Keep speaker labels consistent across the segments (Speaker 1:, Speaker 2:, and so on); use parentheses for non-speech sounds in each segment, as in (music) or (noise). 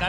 Speaker 1: The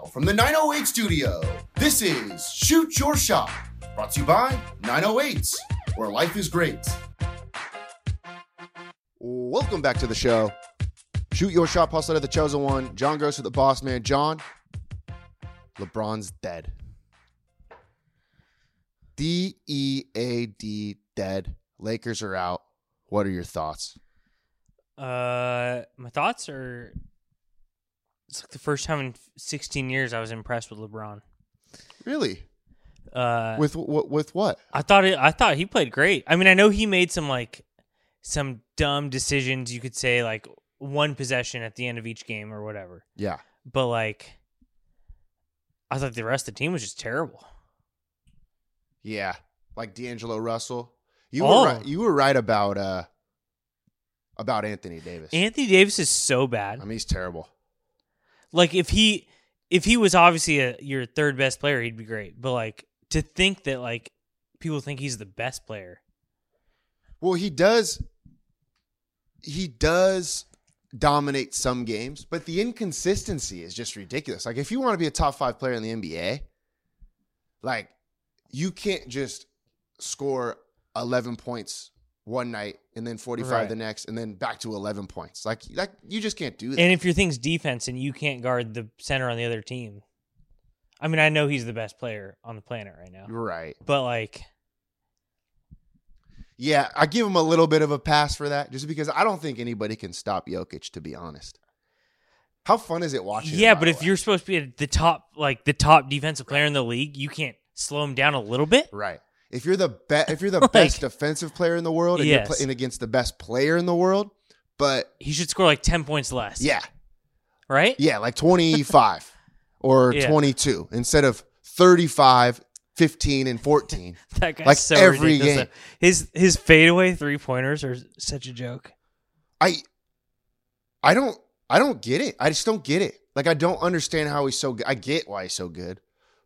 Speaker 2: from the 908 studio, this is Shoot Your Shot, brought to you by 908, where life is great. Welcome back to the show. Shoot Your Shot, Paul Slater, the chosen one. John goes to the boss man. John, LeBron's dead. D E A D, dead. Lakers are out. What are your thoughts?
Speaker 3: Uh, my thoughts are it's like the first time in 16 years I was impressed with LeBron.
Speaker 2: Really?
Speaker 3: Uh,
Speaker 2: With what? With what?
Speaker 3: I thought it, I thought he played great. I mean, I know he made some like some dumb decisions. You could say like one possession at the end of each game or whatever.
Speaker 2: Yeah.
Speaker 3: But like, I thought the rest of the team was just terrible.
Speaker 2: Yeah, like D'Angelo Russell. You
Speaker 3: Oh.
Speaker 2: were right, you were right about uh about Anthony Davis.
Speaker 3: Anthony Davis is so
Speaker 2: I
Speaker 3: bad.
Speaker 2: mean, he's terrible.
Speaker 3: Like if he if he was obviously a, your third best player, he'd be great. But like to think that like people think he's the best player.
Speaker 2: Well, he does. He does dominate some games, but the inconsistency is just ridiculous. Like, if you want to be a top five player in the NBA, like you can't just score eleven points one night and then forty five
Speaker 3: Right.
Speaker 2: the next, and then back to eleven points. Like, like you just can't do that.
Speaker 3: And if your thing's defense and you can't guard the center on the other team, I mean, I know he's the best player on the planet right now,
Speaker 2: You're right.
Speaker 3: but like,
Speaker 2: Yeah, I give him a little bit of a pass for that, just because I don't think anybody can stop Jokic. To be honest, how fun is it watching? him,
Speaker 3: yeah,
Speaker 2: by
Speaker 3: but
Speaker 2: the
Speaker 3: if
Speaker 2: way?
Speaker 3: you're supposed to be the top, like the top defensive player in the league, you can't slow him down a little bit.
Speaker 2: right, if you're the be- if
Speaker 3: (laughs)
Speaker 2: you're the best defensive player in the world, and
Speaker 3: Yes.
Speaker 2: you're playing against the best player in the world, but
Speaker 3: He should score like ten points less.
Speaker 2: yeah,
Speaker 3: right.
Speaker 2: yeah, like twenty five or
Speaker 3: Yeah.
Speaker 2: twenty two instead of 35, 15, and fourteen.
Speaker 3: (laughs) That guy's
Speaker 2: Like
Speaker 3: so
Speaker 2: every
Speaker 3: ridiculous.
Speaker 2: game.
Speaker 3: His his fadeaway three pointers are such a joke.
Speaker 2: I I don't I don't get it. I just don't get it. Like I don't understand how he's so good. I get why he's so good.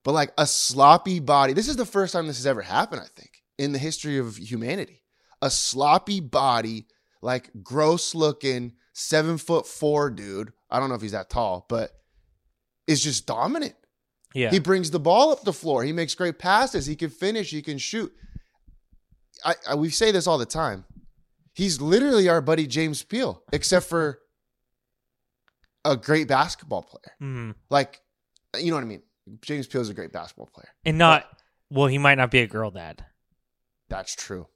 Speaker 2: But like a sloppy body. This is the first time this has ever happened, I think, in the history of humanity. A sloppy body, like gross looking, seven foot four dude. I don't know if he's that tall, but is just dominant.
Speaker 3: Yeah,
Speaker 2: He brings the ball up the floor. He makes great passes. He can finish. He can shoot. I, I we say this all the time. He's literally our buddy James Peel, except for a great basketball player.
Speaker 3: Mhm.
Speaker 2: Like, you know what I mean? James Peel's a great basketball player.
Speaker 3: and not well. He might not be a girl dad.
Speaker 2: That's true.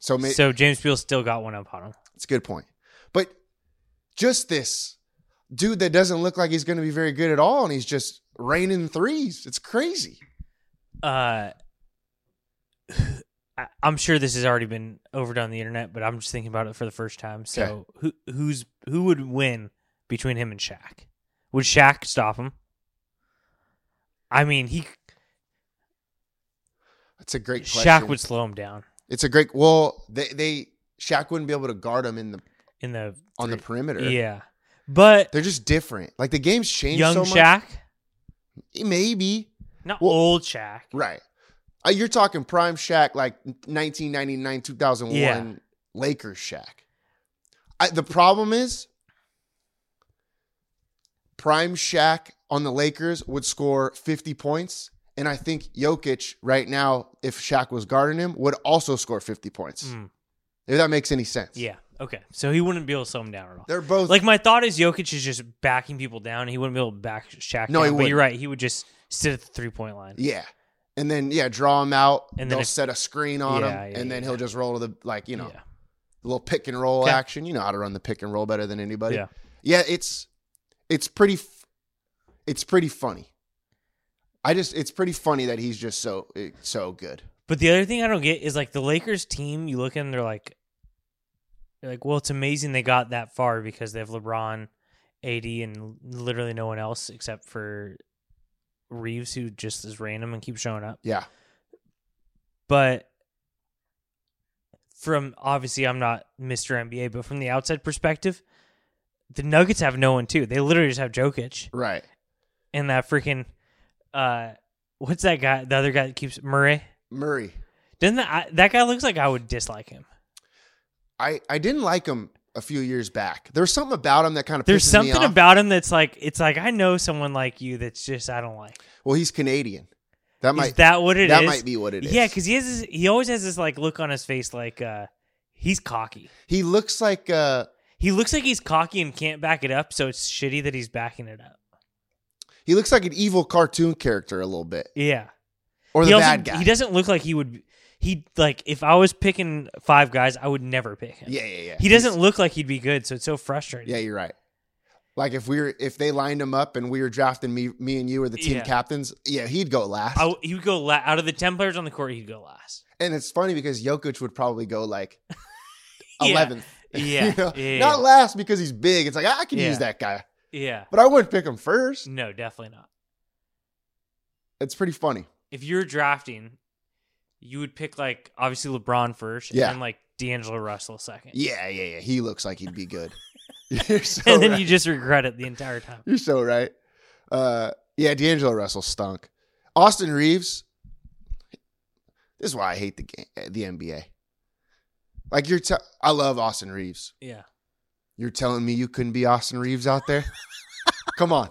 Speaker 2: So, may,
Speaker 3: so James Beal still got one up on him.
Speaker 2: It's a good point. But just this dude that doesn't look like he's going to be very good at all, and he's just raining threes. It's crazy.
Speaker 3: uh (sighs) I- I'm sure this has already been overdone on the internet, but I'm just thinking about it for the first time. So who who's who would win between him and Shaq? Would Shaq stop him? I mean, he
Speaker 2: It's a great question.
Speaker 3: Shaq would slow him down
Speaker 2: It's a great. Well, they they Shaq wouldn't be able to guard him in the
Speaker 3: in the
Speaker 2: on the perimeter.
Speaker 3: yeah, but
Speaker 2: they're just different. Like the game's changed.
Speaker 3: young
Speaker 2: so much.
Speaker 3: Shaq,
Speaker 2: maybe
Speaker 3: not
Speaker 2: Well-
Speaker 3: old Shaq.
Speaker 2: right. Uh, you're talking prime Shaq, like 1999, 2001
Speaker 3: Yeah.
Speaker 2: Lakers Shaq. I, the problem is, prime Shaq on the Lakers would score 50 points. And I think Jokic right now, if Shaq was guarding him, would also score 50 points.
Speaker 3: Mm.
Speaker 2: If that makes any sense.
Speaker 3: Yeah, okay, so he wouldn't be able to slow him down at all.
Speaker 2: They're both
Speaker 3: Like my thought is Jokic is just backing people down. He wouldn't be able to back Shaq.
Speaker 2: No,
Speaker 3: down,
Speaker 2: he
Speaker 3: but you're right. He would just sit at the three point line.
Speaker 2: Yeah. And then yeah, draw him out.
Speaker 3: And
Speaker 2: And
Speaker 3: then
Speaker 2: they'll
Speaker 3: if-
Speaker 2: set a screen on
Speaker 3: Yeah,
Speaker 2: him,
Speaker 3: yeah,
Speaker 2: and then
Speaker 3: yeah.
Speaker 2: he'll just roll to the like you know
Speaker 3: Yeah.
Speaker 2: little pick and roll
Speaker 3: Okay.
Speaker 2: action. You know how to run the pick and roll better than anybody.
Speaker 3: Yeah.
Speaker 2: Yeah, it's it's pretty f- it's pretty funny. I just it's pretty funny that he's just so it's so good.
Speaker 3: But the other thing I don't get is like the Lakers team. You look and they're like, they're like, well, it's amazing they got that far because they have LeBron, AD, and literally no one else except for Reeves, who just is random and keeps showing up.
Speaker 2: Yeah.
Speaker 3: But from obviously, I'm not Mr. NBA, but from the outside perspective, the Nuggets have no one too. They literally just have Jokic
Speaker 2: Right.
Speaker 3: and that freaking uh, what's that guy? The other guy that keeps Murray.
Speaker 2: Murray.
Speaker 3: Doesn't that I, that guy looks like I would dislike him?
Speaker 2: I, I didn't like him a few years back. There was something about him that kind of
Speaker 3: There's
Speaker 2: pisses me
Speaker 3: something
Speaker 2: off.
Speaker 3: about him that's like it's like I know someone like you that's just I don't like.
Speaker 2: Well, he's Canadian. That
Speaker 3: Is
Speaker 2: might
Speaker 3: that what it is?
Speaker 2: that might be what it is.
Speaker 3: Yeah, because he has this, he always has this like look on his face like uh he's cocky.
Speaker 2: he looks like uh
Speaker 3: He looks like he's cocky and can't back it up, so it's shitty that he's backing it up.
Speaker 2: he looks like an evil cartoon character a little bit
Speaker 3: Yeah,
Speaker 2: or the
Speaker 3: he also-
Speaker 2: bad guy.
Speaker 3: He doesn't look like he would. He like if I was picking five guys, I would never pick him.
Speaker 2: Yeah, yeah, yeah.
Speaker 3: He doesn't look like he'd be good, so it's so frustrating.
Speaker 2: Yeah, you're right. Like if we were if they lined him up and we were drafting me me and you were the team
Speaker 3: Yeah.
Speaker 2: captains, yeah, he'd go last.
Speaker 3: I, he would go la- out of the ten players on the court. He'd go
Speaker 2: (laughs)
Speaker 3: last.
Speaker 2: and it's funny because Jokic would probably go like
Speaker 3: (laughs) Yeah.
Speaker 2: eleventh.
Speaker 3: Yeah,
Speaker 2: You know?
Speaker 3: yeah,
Speaker 2: Not
Speaker 3: yeah.
Speaker 2: last because he's big. It's like I can
Speaker 3: Yeah. Mm.
Speaker 2: use that guy.
Speaker 3: Yeah,
Speaker 2: But I wouldn't pick him first.
Speaker 3: no, definitely not.
Speaker 2: It's pretty funny.
Speaker 3: If you're drafting, you would pick like obviously LeBron first,
Speaker 2: Yeah.
Speaker 3: and then like D'Angelo Russell second.
Speaker 2: Yeah, yeah, yeah. He looks like he'd be good. (laughs) You're so
Speaker 3: (laughs) and then
Speaker 2: right.
Speaker 3: you just regret it the entire
Speaker 2: (laughs)
Speaker 3: time.
Speaker 2: You're so right. Uh, yeah, D'Angelo Russell stunk. Austin Reeves. This is why I hate the game, the NBA. Like you're, te- I love Austin Reeves.
Speaker 3: Yeah,
Speaker 2: You're telling me you couldn't be Austin Reeves out there? Come on,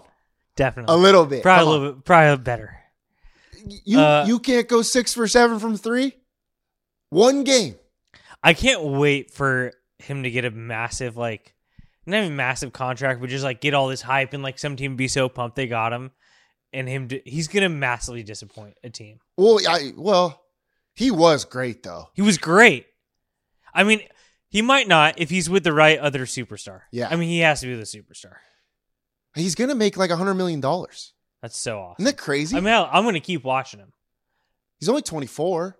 Speaker 3: definitely.
Speaker 2: a little bit.
Speaker 3: probably
Speaker 2: Come
Speaker 3: a
Speaker 2: on.
Speaker 3: little bit, probably better.
Speaker 2: You
Speaker 3: uh,
Speaker 2: you can't go six for seven from three. One game.
Speaker 3: I can't wait for him to get a massive like not even massive contract, but just like get all this hype and like some team be so pumped they got him, and him to, he's gonna massively disappoint a team.
Speaker 2: Well, I well, he was great though.
Speaker 3: He was great. I mean, he might not if he's with the right other superstar.
Speaker 2: Yeah.
Speaker 3: I mean, he has to be the superstar.
Speaker 2: He's gonna make like a hundred million dollars.
Speaker 3: That's so awesome.
Speaker 2: Isn't that crazy?
Speaker 3: I mean, hell, I'm gonna keep watching him.
Speaker 2: He's only twenty four.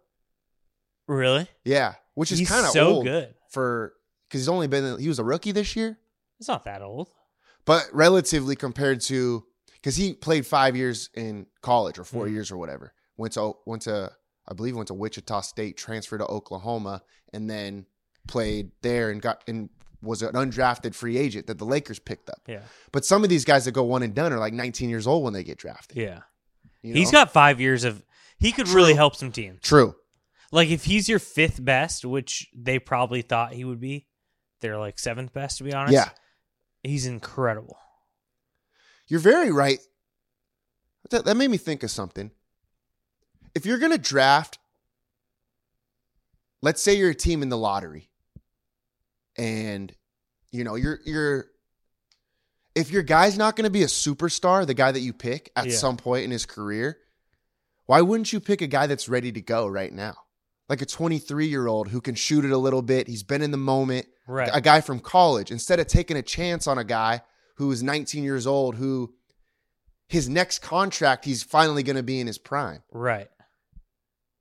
Speaker 3: Really?
Speaker 2: Yeah, which is
Speaker 3: He's
Speaker 2: kind of
Speaker 3: so
Speaker 2: old
Speaker 3: good.
Speaker 2: for because he's only been he was a rookie this year,
Speaker 3: It's not that old.
Speaker 2: but relatively compared to because he played five years in college or
Speaker 3: Mm-hmm.
Speaker 2: 4 years or whatever. Went to went to I believe went to Wichita State, transferred to Oklahoma, and then played there and got and was an undrafted free agent that the Lakers picked up.
Speaker 3: Yeah.
Speaker 2: But some of these guys that go one and done are like 19 years old when they get drafted.
Speaker 3: Yeah.
Speaker 2: you
Speaker 3: He's
Speaker 2: know?
Speaker 3: got five years of. He could really help some teams.
Speaker 2: true.
Speaker 3: Like if he's your fifth best, which they probably thought he would be, they're like seventh best to be honest.
Speaker 2: Yeah.
Speaker 3: he's incredible.
Speaker 2: You're very right. That, that made me think of something. If you're going to draft, let's say you're a team in the lottery and you know, you're you're if your guy's not going to be a superstar, the guy that you pick at
Speaker 3: Yeah.
Speaker 2: some point in his career, why wouldn't you pick a guy that's ready to go right now? Like a 23-year-old who can shoot it a little bit, he's been in the moment,
Speaker 3: Right.
Speaker 2: a guy from college instead of taking a chance on a guy who is 19 years old who his next contract he's finally going to be in his prime
Speaker 3: right.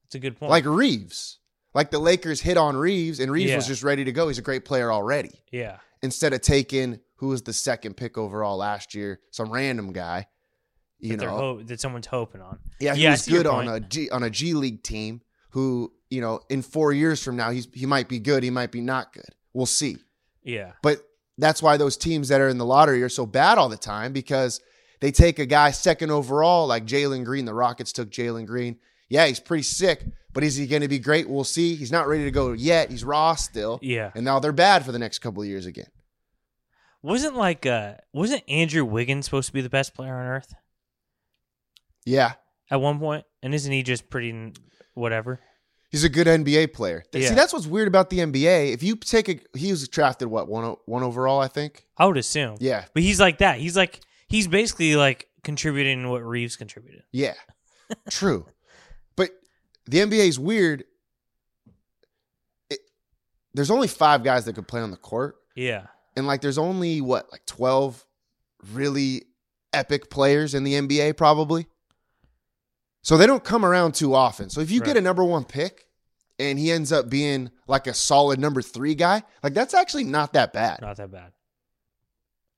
Speaker 3: That's a good point.
Speaker 2: like reeves like the lakers hit on reeves and reeves was
Speaker 3: Yeah.
Speaker 2: just ready to go he's a great player already
Speaker 3: yeah.
Speaker 2: instead of taking who was the second pick overall last year some random guy you
Speaker 3: that they're
Speaker 2: know
Speaker 3: hope that someone's hoping on.
Speaker 2: yeah he
Speaker 3: I
Speaker 2: was
Speaker 3: see your
Speaker 2: good on
Speaker 3: point.
Speaker 2: a g on a g league team who you know in four years from now he's he might be good he might be not good we'll see
Speaker 3: Yeah.
Speaker 2: But that's why those teams that are in the lottery are so bad all the time because they take a guy second overall, like Jalen Green. The Rockets took Jalen Green. Yeah, he's pretty sick, but is he going to be great? We'll see. He's not ready to go yet. He's raw still.
Speaker 3: Yeah.
Speaker 2: And now they're bad for the next couple of years again.
Speaker 3: Wasn't like uh wasn't Andrew Wiggins supposed to be the best player on earth
Speaker 2: Yeah.
Speaker 3: at one point? And isn't he just pretty n- whatever?
Speaker 2: He's a good NBA player. See,
Speaker 3: Yeah.
Speaker 2: that's what's weird about the NBA. If you take a, he was drafted, what, one, o- one overall, I think?
Speaker 3: I would assume.
Speaker 2: Yeah.
Speaker 3: But he's like that. He's like he's basically like contributing what Reeves contributed.
Speaker 2: Yeah. True. But the NBA is weird. It, there's only five guys that could play on the court.
Speaker 3: Yeah.
Speaker 2: And like there's only what, like 12 really epic players in the NBA, probably. So they don't come around too often. So if you get
Speaker 3: Right.
Speaker 2: a number one pick and he ends up being like a solid number three guy, like that's actually not that bad. uh,
Speaker 3: Not that bad.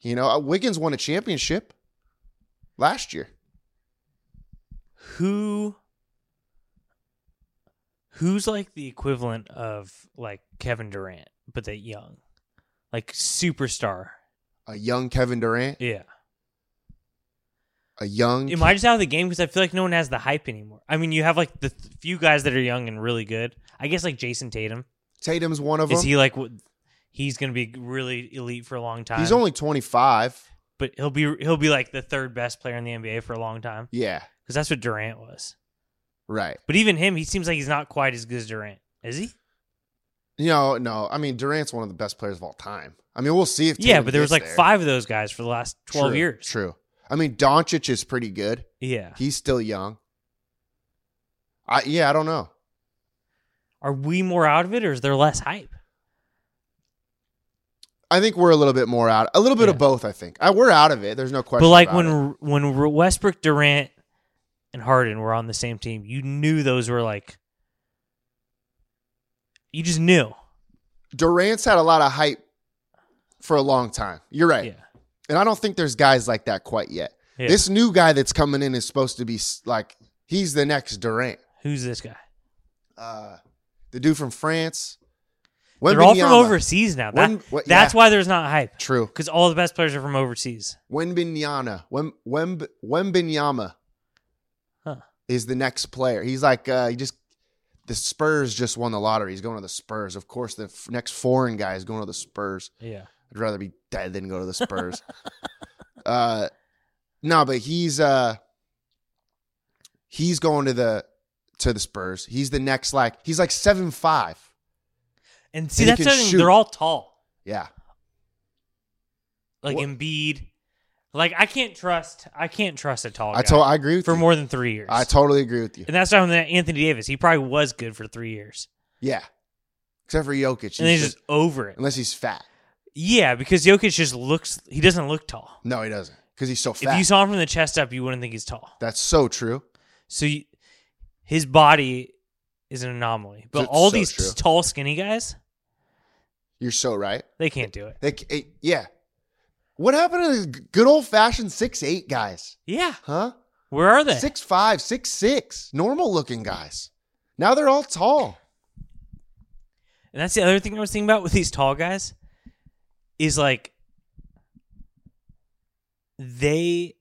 Speaker 2: You know, Wiggins won a championship last year.
Speaker 3: who who's like the equivalent of like Kevin Durant, but that young, like superstar.
Speaker 2: A young Kevin Durant,
Speaker 3: Yeah.
Speaker 2: a young.
Speaker 3: Am I just out of the game because I feel like no one has the hype anymore? I mean, you have like the th- few guys that are young and really good. I guess like Jason Tatum.
Speaker 2: Tatum's one of them.
Speaker 3: Is he like w- he's going to be really elite for a long time?
Speaker 2: He's only 25.
Speaker 3: but he'll be he'll be like the third best player in the NBA for a long time
Speaker 2: Yeah,
Speaker 3: because that's what Durant was.
Speaker 2: right.
Speaker 3: But even him, he seems like he's not quite as good as Durant. Is he?
Speaker 2: You know, no, I mean Durant's one of the best players of all time. I mean, we'll see if
Speaker 3: yeah,
Speaker 2: Tatum
Speaker 3: but there was
Speaker 2: gets
Speaker 3: like five of those guys for the last twelve
Speaker 2: True,
Speaker 3: years.
Speaker 2: True. I mean, Doncic is pretty good.
Speaker 3: Yeah.
Speaker 2: He's still young. I yeah, I don't know.
Speaker 3: Are we more out of it, or is there less hype?
Speaker 2: I think we're a little bit more out, a little bit
Speaker 3: Yeah.
Speaker 2: of both. I think I, we're out of it. There's no question.
Speaker 3: but like
Speaker 2: about
Speaker 3: when
Speaker 2: it.
Speaker 3: when Westbrook, Durant, and Harden were on the same team, you knew those were like. You just knew.
Speaker 2: Durant's had a lot of hype for a long time. You're right,
Speaker 3: Yeah.
Speaker 2: and I don't think there's guys like that quite yet.
Speaker 3: Yeah.
Speaker 2: This new guy that's coming in is supposed to be s- like he's the next Durant.
Speaker 3: Who's this guy?
Speaker 2: Uh, the dude from France.
Speaker 3: They're all from
Speaker 2: Wembanyama.
Speaker 3: overseas now. That,
Speaker 2: When- what-
Speaker 3: that's
Speaker 2: yeah.
Speaker 3: why there's not hype.
Speaker 2: True.
Speaker 3: Because all the best players are from overseas.
Speaker 2: Wembinyana. Wem Wemb Wembinyama
Speaker 3: Huh.
Speaker 2: is the next player. He's like uh, he just the Spurs just won the lottery. He's going to the Spurs. Of course, the f- next foreign guy is going to the Spurs.
Speaker 3: Yeah.
Speaker 2: I'd rather be dead than go to the
Speaker 3: (laughs)
Speaker 2: Spurs. uh, no, but he's uh, he's going to the to the Spurs. He's the next like he's like seven five.
Speaker 3: And see,
Speaker 2: And he
Speaker 3: that's
Speaker 2: can
Speaker 3: the thing.
Speaker 2: shoot.
Speaker 3: They're all tall.
Speaker 2: Yeah,
Speaker 3: Like
Speaker 2: What-
Speaker 3: Embiid. Like I can't trust. I can't trust a tall guy
Speaker 2: I told I agree with
Speaker 3: for
Speaker 2: you.
Speaker 3: more than three years.
Speaker 2: I totally agree with you.
Speaker 3: and that's not even Anthony Davis. He probably was good for three years,
Speaker 2: Yeah, except for Jokic,
Speaker 3: and then he's
Speaker 2: he's
Speaker 3: just over it.
Speaker 2: unless he's fat.
Speaker 3: Yeah, because Jokic just looks. He doesn't look tall.
Speaker 2: No, he doesn't. Because he's so fat.
Speaker 3: If you saw him from the chest up, you wouldn't think he's tall.
Speaker 2: That's so true.
Speaker 3: So you, his body is an anomaly. But
Speaker 2: It's
Speaker 3: all
Speaker 2: so
Speaker 3: these
Speaker 2: true.
Speaker 3: tall, skinny guys,
Speaker 2: You're so right.
Speaker 3: they can't do it.
Speaker 2: They, c- eh, yeah. What happened to the g- good old fashioned six eight guys?
Speaker 3: Yeah,
Speaker 2: Huh?
Speaker 3: where are they?
Speaker 2: Six five, six six, normal looking guys. Now they're all tall.
Speaker 3: And that's the other thing I was thinking about with these tall guys is like they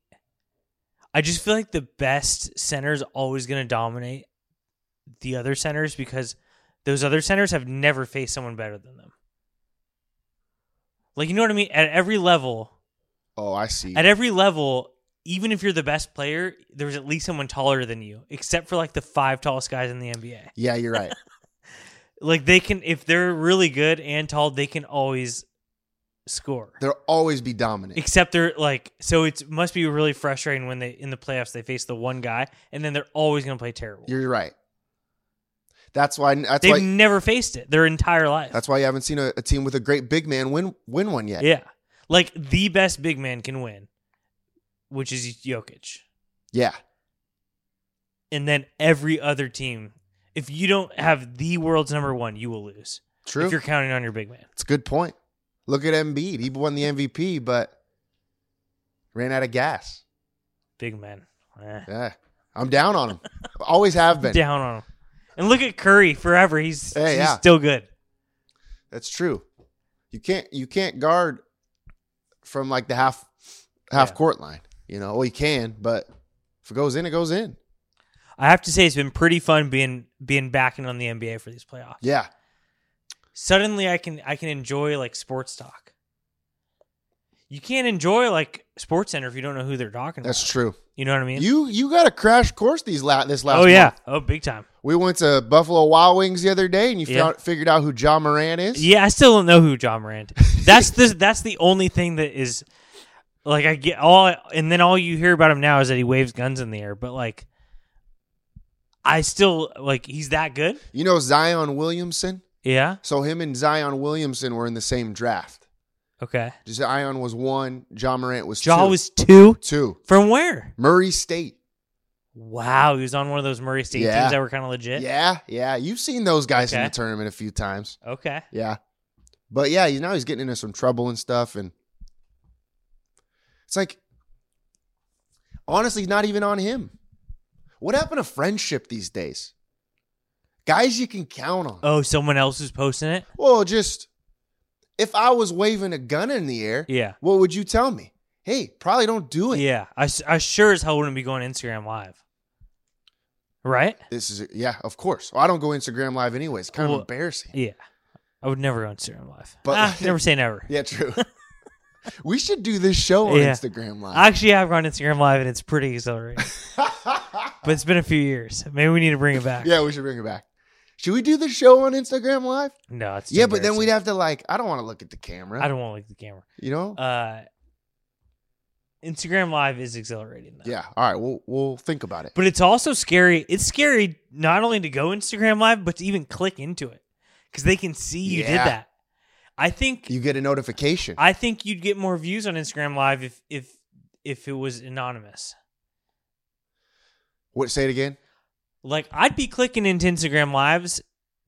Speaker 3: I just feel like the best center is always going to dominate the other centers because those other centers have never faced someone better than them. Like you know what I mean? At every level,
Speaker 2: Oh, I see.
Speaker 3: at every level, even if you're the best player, there's at least someone taller than you, except for like the five tallest guys in the NBA
Speaker 2: Yeah, you're
Speaker 3: (laughs)
Speaker 2: right.
Speaker 3: like they can if they're really good and tall they can always score
Speaker 2: They'll always be dominant.
Speaker 3: except they're like so it must be really frustrating when they in the playoffs they face the one guy and then they're always going to play terrible
Speaker 2: You're right. That's why. That's
Speaker 3: they've
Speaker 2: why.
Speaker 3: never faced it their entire life
Speaker 2: That's why you haven't seen a, a team with a great big man win win one yet.
Speaker 3: yeah like the best big man can win which is Jokic
Speaker 2: Yeah.
Speaker 3: and then every other team if you don't have the world's number 1 you will lose
Speaker 2: True.
Speaker 3: if you're counting on your big man
Speaker 2: It's a good point. Look at Embiid. He won the MVP, but ran out of gas.
Speaker 3: big man Eh.
Speaker 2: Yeah. I'm down on him. Always have been.
Speaker 3: down on him. And look at Curry forever. He's,
Speaker 2: Hey,
Speaker 3: he's
Speaker 2: yeah.
Speaker 3: still good.
Speaker 2: That's true. You can't you can't guard from like the half half
Speaker 3: Yeah.
Speaker 2: court line. You know, well you can, but if it goes in, it goes in.
Speaker 3: I have to say it's been pretty fun being being backing on the NBA for these playoffs.
Speaker 2: Yeah.
Speaker 3: Suddenly I can I can enjoy like sports talk. You can't enjoy like Sports Center if you don't know who they're talking
Speaker 2: That's
Speaker 3: about.
Speaker 2: true.
Speaker 3: You know what I mean?
Speaker 2: You you got a crash course these la- this last
Speaker 3: oh yeah.
Speaker 2: month.
Speaker 3: Oh big time.
Speaker 2: We went to Buffalo Wild Wings the other day and you
Speaker 3: Yeah.
Speaker 2: found, figured out who John Moran is.
Speaker 3: Yeah, I still don't know who John Morant.
Speaker 2: (laughs)
Speaker 3: That's the that's the only thing that is like I get all and then all you hear about him now is that he waves guns in the air, but like I still like he's that good?
Speaker 2: You know Zion Williamson?
Speaker 3: Yeah.
Speaker 2: So him and Zion Williamson were in the same draft.
Speaker 3: Okay.
Speaker 2: Zion was one, John Morant was
Speaker 3: Jaw
Speaker 2: two.
Speaker 3: was two.
Speaker 2: two.
Speaker 3: From where?
Speaker 2: Murray State.
Speaker 3: Wow, he was on one of those Murray State
Speaker 2: Yeah.
Speaker 3: teams that were kind of legit.
Speaker 2: Yeah, yeah. You've seen those guys in
Speaker 3: Okay.
Speaker 2: the tournament a few times.
Speaker 3: Okay.
Speaker 2: Yeah. But yeah, you know he's getting into some trouble and stuff and it's like honestly it's not even on him. What happened to friendship these days? Guys you can count on.
Speaker 3: Oh, someone else is posting it.
Speaker 2: Well, just if I was waving a gun in the air,
Speaker 3: Yeah.
Speaker 2: what would you tell me? Hey, probably don't do it.
Speaker 3: Yeah, I, s- I sure as hell wouldn't be going Instagram live. Right?
Speaker 2: This is yeah, of course. Well, I don't go Instagram live anyways. It's kind
Speaker 3: Well-
Speaker 2: of
Speaker 3: (laughs)
Speaker 2: embarrassing.
Speaker 3: Yeah, I would never go Instagram live.
Speaker 2: But-
Speaker 3: But never say never.
Speaker 2: (laughs) Yeah, true. we should do this show on
Speaker 3: Yeah.
Speaker 2: Instagram live.
Speaker 3: I actually have gone Instagram live and it's pretty
Speaker 2: (laughs)
Speaker 3: exhilarating. but it's been a few years. Maybe we need to bring it back.
Speaker 2: yeah, we should bring it back. Should we do the show on Instagram live?
Speaker 3: No, it's too
Speaker 2: yeah, but then we'd
Speaker 3: embarrassing.
Speaker 2: have to like I don't want to look at the camera.
Speaker 3: I don't want to look at the camera.
Speaker 2: you know?
Speaker 3: Uh, Instagram live is exhilarating though.
Speaker 2: yeah. All right, we'll we'll think about it.
Speaker 3: But it's also scary. It's scary not only to go Instagram live, but to even click into it because they can see you did
Speaker 2: Yeah.
Speaker 3: that. I think
Speaker 2: You get a notification.
Speaker 3: I think you'd get more views on Instagram live if if if it was anonymous.
Speaker 2: what say it again?
Speaker 3: Like I'd be clicking into Instagram lives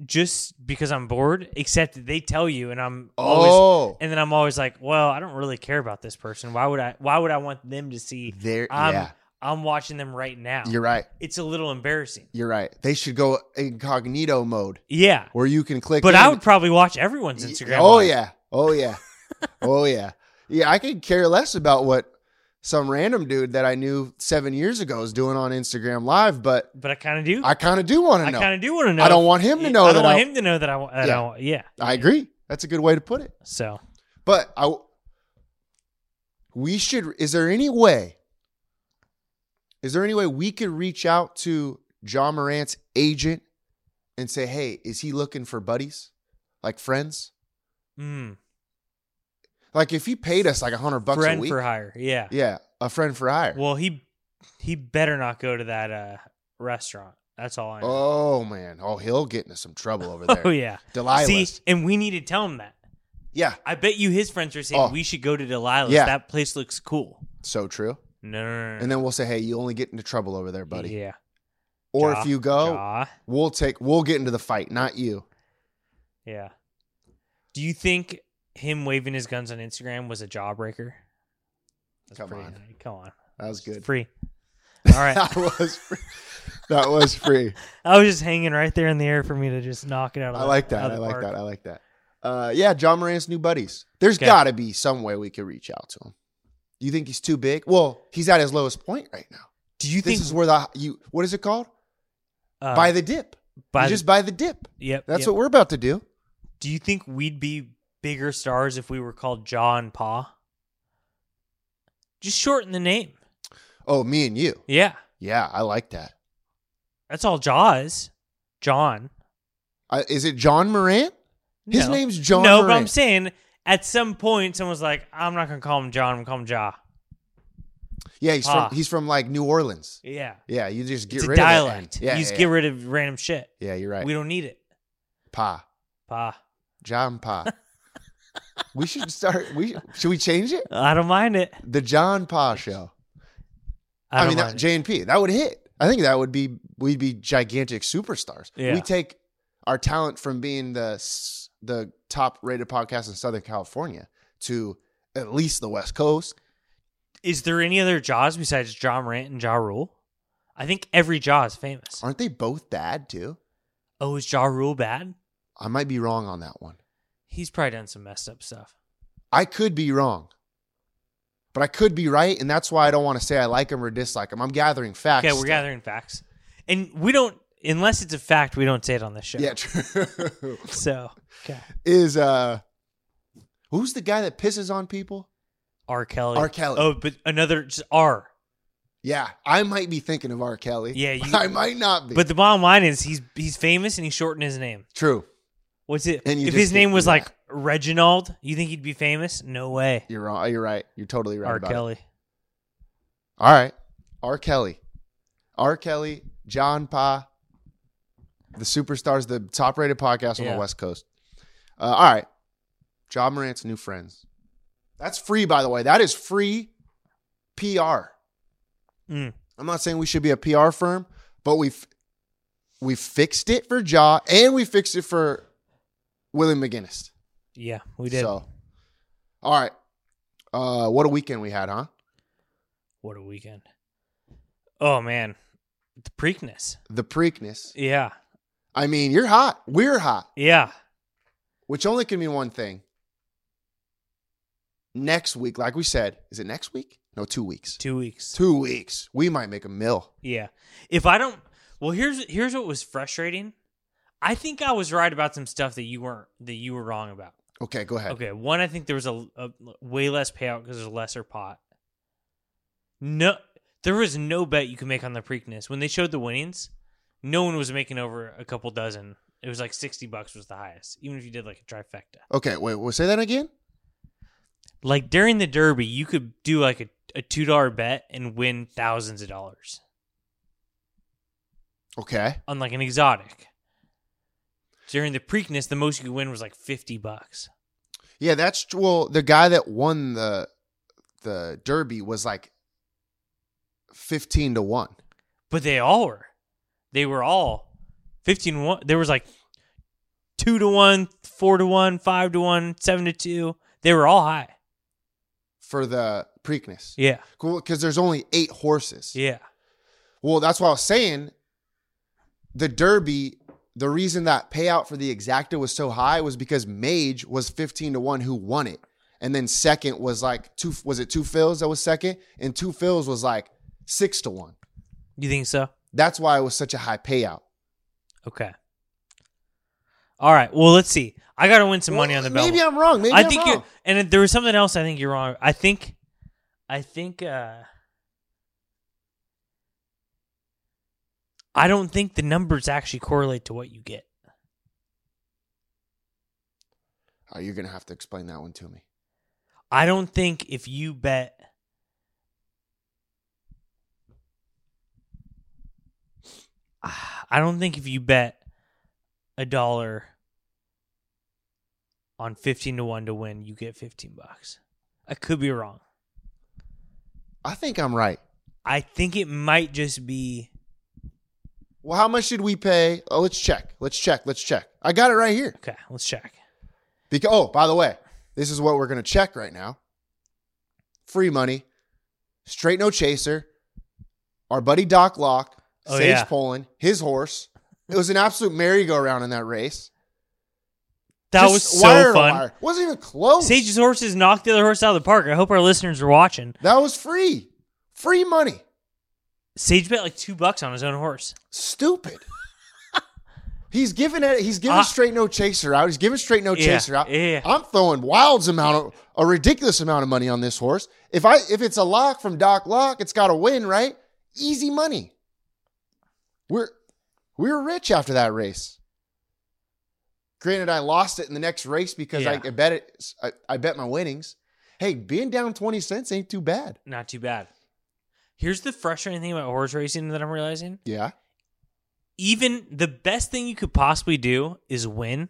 Speaker 3: just because I'm bored. Except that they tell you, and I'm always
Speaker 2: oh.
Speaker 3: and then I'm always like, well, I don't really care about this person. Why would I? Why would I want them to see?
Speaker 2: There
Speaker 3: I'm
Speaker 2: yeah.
Speaker 3: I'm watching them right now.
Speaker 2: You're right.
Speaker 3: It's a little embarrassing.
Speaker 2: You're right. They should go incognito mode
Speaker 3: Yeah.
Speaker 2: where you can click.
Speaker 3: But
Speaker 2: in.
Speaker 3: I would probably watch everyone's Instagram.
Speaker 2: Oh
Speaker 3: live.
Speaker 2: yeah. Oh yeah. oh yeah. Yeah, I could care less about what some random dude that I knew seven years ago is doing on Instagram Live, but
Speaker 3: But I kind of do.
Speaker 2: I kind of do want
Speaker 3: I
Speaker 2: to know.
Speaker 3: kind of do want to know.
Speaker 2: I don't want him to know
Speaker 3: I don't
Speaker 2: that
Speaker 3: want
Speaker 2: I-
Speaker 3: him to know that I. wa- that I
Speaker 2: Yeah.
Speaker 3: wa- yeah.
Speaker 2: I agree. That's a good way to put it.
Speaker 3: So
Speaker 2: But I, we should. Is there any way? Is there any way we could reach out to John Morant's agent and say, "Hey, is he looking for buddies, like friends?
Speaker 3: mm,
Speaker 2: Like if he paid us like a hundred bucks a
Speaker 3: friend
Speaker 2: week,
Speaker 3: for hire. Yeah.
Speaker 2: yeah, a friend for hire.
Speaker 3: Well, he he better not go to that uh, restaurant. That's all I know.
Speaker 2: Oh man! Oh, he'll get into some trouble over there.
Speaker 3: (laughs) Oh, yeah.
Speaker 2: Delilah's.
Speaker 3: See, and we need to tell him that.
Speaker 2: yeah,
Speaker 3: I bet you his friends are saying
Speaker 2: Oh.
Speaker 3: we should go to Delilah's.
Speaker 2: Yeah.
Speaker 3: That place looks cool.
Speaker 2: so true.
Speaker 3: No, no, no, no,
Speaker 2: And then we'll say, hey, you only get into trouble over there, buddy. Oh.
Speaker 3: Yeah.
Speaker 2: Or
Speaker 3: Ja-
Speaker 2: if you go,
Speaker 3: Ja.
Speaker 2: we'll take, we'll get into the fight, not you.
Speaker 3: Yeah. Do you think him waving his guns on Instagram was a jawbreaker? That's
Speaker 2: Come
Speaker 3: pretty-
Speaker 2: on.
Speaker 3: Come on.
Speaker 2: That was good.
Speaker 3: Free. All
Speaker 2: (laughs)
Speaker 3: right.
Speaker 2: that was free. that was
Speaker 3: (laughs)
Speaker 2: free.
Speaker 3: I was just hanging right there in the air for me to just knock it out. Of
Speaker 2: I
Speaker 3: the-
Speaker 2: like that.
Speaker 3: out
Speaker 2: I
Speaker 3: of the
Speaker 2: like
Speaker 3: park.
Speaker 2: that. I like that. Uh, yeah, John Moran's new buddies. There's
Speaker 3: Okay.
Speaker 2: got to be some way we could reach out to him. Do you think he's too big? Well, he's at his lowest point right now.
Speaker 3: Do you
Speaker 2: This
Speaker 3: think
Speaker 2: is where the you what is it called?
Speaker 3: uh,
Speaker 2: buy the dip.
Speaker 3: by
Speaker 2: you
Speaker 3: the-
Speaker 2: just buy the dip.
Speaker 3: yep,
Speaker 2: That's
Speaker 3: yep.
Speaker 2: what we're about to do.
Speaker 3: Do you think we'd be bigger stars if we were called Jaw and Paw? Just shorten the name.
Speaker 2: Oh, me and you.
Speaker 3: Yeah,
Speaker 2: Yeah, I like that.
Speaker 3: that's all Jaw is. John.
Speaker 2: I, Uh, is it John Morant? His
Speaker 3: No.
Speaker 2: name's John.
Speaker 3: No, but I'm
Speaker 2: Morant.
Speaker 3: saying at some point someone's like, I'm not gonna call him John. I'm gonna call him Ja.
Speaker 2: yeah, he's
Speaker 3: Ah.
Speaker 2: from he's from like New Orleans.
Speaker 3: Yeah,
Speaker 2: Yeah, you just get
Speaker 3: it's a
Speaker 2: rid
Speaker 3: dialect.
Speaker 2: of that. end. Yeah,
Speaker 3: you
Speaker 2: yeah,
Speaker 3: just
Speaker 2: yeah.
Speaker 3: get rid of random shit.
Speaker 2: yeah, you're right.
Speaker 3: We don't need it.
Speaker 2: pa,
Speaker 3: Pa.
Speaker 2: John
Speaker 3: (laughs)
Speaker 2: Pa. we should start. We should we change it?
Speaker 3: I don't mind it.
Speaker 2: The John Pa Show.
Speaker 3: I, don't
Speaker 2: mean,
Speaker 3: mind
Speaker 2: that,
Speaker 3: it.
Speaker 2: J and P. That would hit. I think that would be we'd be gigantic superstars.
Speaker 3: Yeah.
Speaker 2: We take our talent from being the s- the top rated podcast in Southern California to at least the West Coast.
Speaker 3: Is there any other Jaws besides John Morant and Ja Rule? I think every Jaw is famous.
Speaker 2: Aren't they both bad too?
Speaker 3: Oh, is Ja Rule bad?
Speaker 2: I might be wrong on that one.
Speaker 3: He's probably done some messed up stuff.
Speaker 2: I could be wrong, but I could be right, and that's why I don't want to say I like him or dislike him. I'm gathering facts.
Speaker 3: Okay, we're
Speaker 2: still.
Speaker 3: gathering facts. And we don't, unless it's a fact, we don't say it on this show.
Speaker 2: Yeah, true. (laughs)
Speaker 3: So, okay.
Speaker 2: Is uh, who's the guy that pisses on people?
Speaker 3: R. Kelly.
Speaker 2: R. Kelly.
Speaker 3: Oh, but another, just R.
Speaker 2: Yeah, I might be thinking of R. Kelly.
Speaker 3: Yeah,
Speaker 2: but (laughs)
Speaker 3: you-
Speaker 2: I might not be.
Speaker 3: But the bottom line is he's he's famous and he shortened his name.
Speaker 2: true,
Speaker 3: What's it?
Speaker 2: And you
Speaker 3: if
Speaker 2: just
Speaker 3: his name
Speaker 2: think-
Speaker 3: was
Speaker 2: yeah.
Speaker 3: like Reginald, you think he'd be famous? No way.
Speaker 2: you're wrong. You're right. You're totally right.
Speaker 3: R.
Speaker 2: about
Speaker 3: Kelly.
Speaker 2: It. All right, R. Kelly, R. Kelly, John Pa, the superstars, the top rated podcast on
Speaker 3: Yeah.
Speaker 2: the West Coast. Uh, all right, John Morant's new friends. That's free, by the way. That is free PR.
Speaker 3: Mm.
Speaker 2: I'm not saying we should be a PR firm, but we've we fixed it for Jaw and we fixed it for William McGinnis.
Speaker 3: Yeah, we did.
Speaker 2: So, all right. Uh, what a weekend we had, huh?
Speaker 3: What a weekend. Oh man. The Preakness.
Speaker 2: the Preakness.
Speaker 3: Yeah.
Speaker 2: I mean, you're hot. We're hot,
Speaker 3: Yeah.
Speaker 2: which only can mean one thing. Next week, like we said, is it next week? No, two weeks.
Speaker 3: Two weeks.
Speaker 2: Two weeks. We might make a mill.
Speaker 3: Yeah. If I don't well here's here's what was frustrating. I think I was right about some stuff that you weren't that you were wrong about.
Speaker 2: Okay, go ahead.
Speaker 3: Okay, one I think there was a, a way less payout because there's a lesser pot. No, there was no bet you could make on the Preakness when they showed the winnings. No one was making over a couple dozen. It was like sixty bucks was the highest, even if you did like a trifecta.
Speaker 2: Okay, wait, well, say that again?
Speaker 3: Like during the Derby, you could do like a, a two dollar bet and win thousands of dollars
Speaker 2: Okay.
Speaker 3: on like an exotic. During the Preakness, the most you could win was like fifty bucks.
Speaker 2: Yeah, that's tr- well, the guy that won the the derby was like 15 to 1.
Speaker 3: But they all were. They were all 15 to 1. There was like 2 to 1, 4 to 1, 5 to 1, 7 to 2. They were all high.
Speaker 2: for the Preakness.
Speaker 3: Yeah.
Speaker 2: Cool, because there's only eight horses.
Speaker 3: Yeah.
Speaker 2: Well, that's what I was saying. The Derby, the reason that payout for the exacta was so high was because Mage was 15 to 1 who won it. And then second was like two was it two fills that was second? And two fills was like six to one.
Speaker 3: You think so?
Speaker 2: That's why it was such a high payout.
Speaker 3: Okay. All right. Well, let's see. I got to win some money on the
Speaker 2: Well,
Speaker 3: bell.
Speaker 2: Maybe I'm wrong. Maybe
Speaker 3: I
Speaker 2: am
Speaker 3: think
Speaker 2: wrong.
Speaker 3: you're, and there was something else I think you're wrong. I think, I think, uh, I don't think the numbers actually correlate to what you get.
Speaker 2: Oh, you're gonna have to explain that one to me.
Speaker 3: I don't think if you bet I don't think if you bet a dollar on 15 to 1 to win, you get 15 bucks. I could be wrong.
Speaker 2: I think I'm right.
Speaker 3: I think it might just be
Speaker 2: Well, how much did we pay? Oh, let's check. Let's check. Let's check. I got it right here.
Speaker 3: Okay, let's check.
Speaker 2: Because oh, by the way, this is what we're gonna check right now. Free money, straight no chaser. Our buddy Doc Locke,
Speaker 3: Oh,
Speaker 2: Sage
Speaker 3: yeah.
Speaker 2: Poland, his horse. It was an absolute merry-go-round in that race.
Speaker 3: That
Speaker 2: Just
Speaker 3: was
Speaker 2: wire
Speaker 3: so
Speaker 2: to
Speaker 3: fun.
Speaker 2: wire. Wasn't even close.
Speaker 3: Sage's horses knocked the other horse out of the park. I hope our listeners are watching.
Speaker 2: that was free, free money.
Speaker 3: Sage bet like 2 bucks on his own horse.
Speaker 2: Stupid. he's giving it. He's giving
Speaker 3: Uh,
Speaker 2: straight no chaser out. He's giving straight no
Speaker 3: Yeah,
Speaker 2: chaser out.
Speaker 3: yeah.
Speaker 2: I'm throwing wilds amount of a ridiculous amount of money on this horse. If I if it's a lock from Doc Lock, it's got to win, right? Easy money. We're we were rich after that race. Granted, I lost it in the next race because I,
Speaker 3: Yeah.
Speaker 2: I bet it. I, I bet my winnings. Hey, being down twenty cents ain't too bad.
Speaker 3: not too bad. Here's the frustrating thing about horse racing that I'm realizing.
Speaker 2: Yeah,
Speaker 3: Even the best thing you could possibly do is win.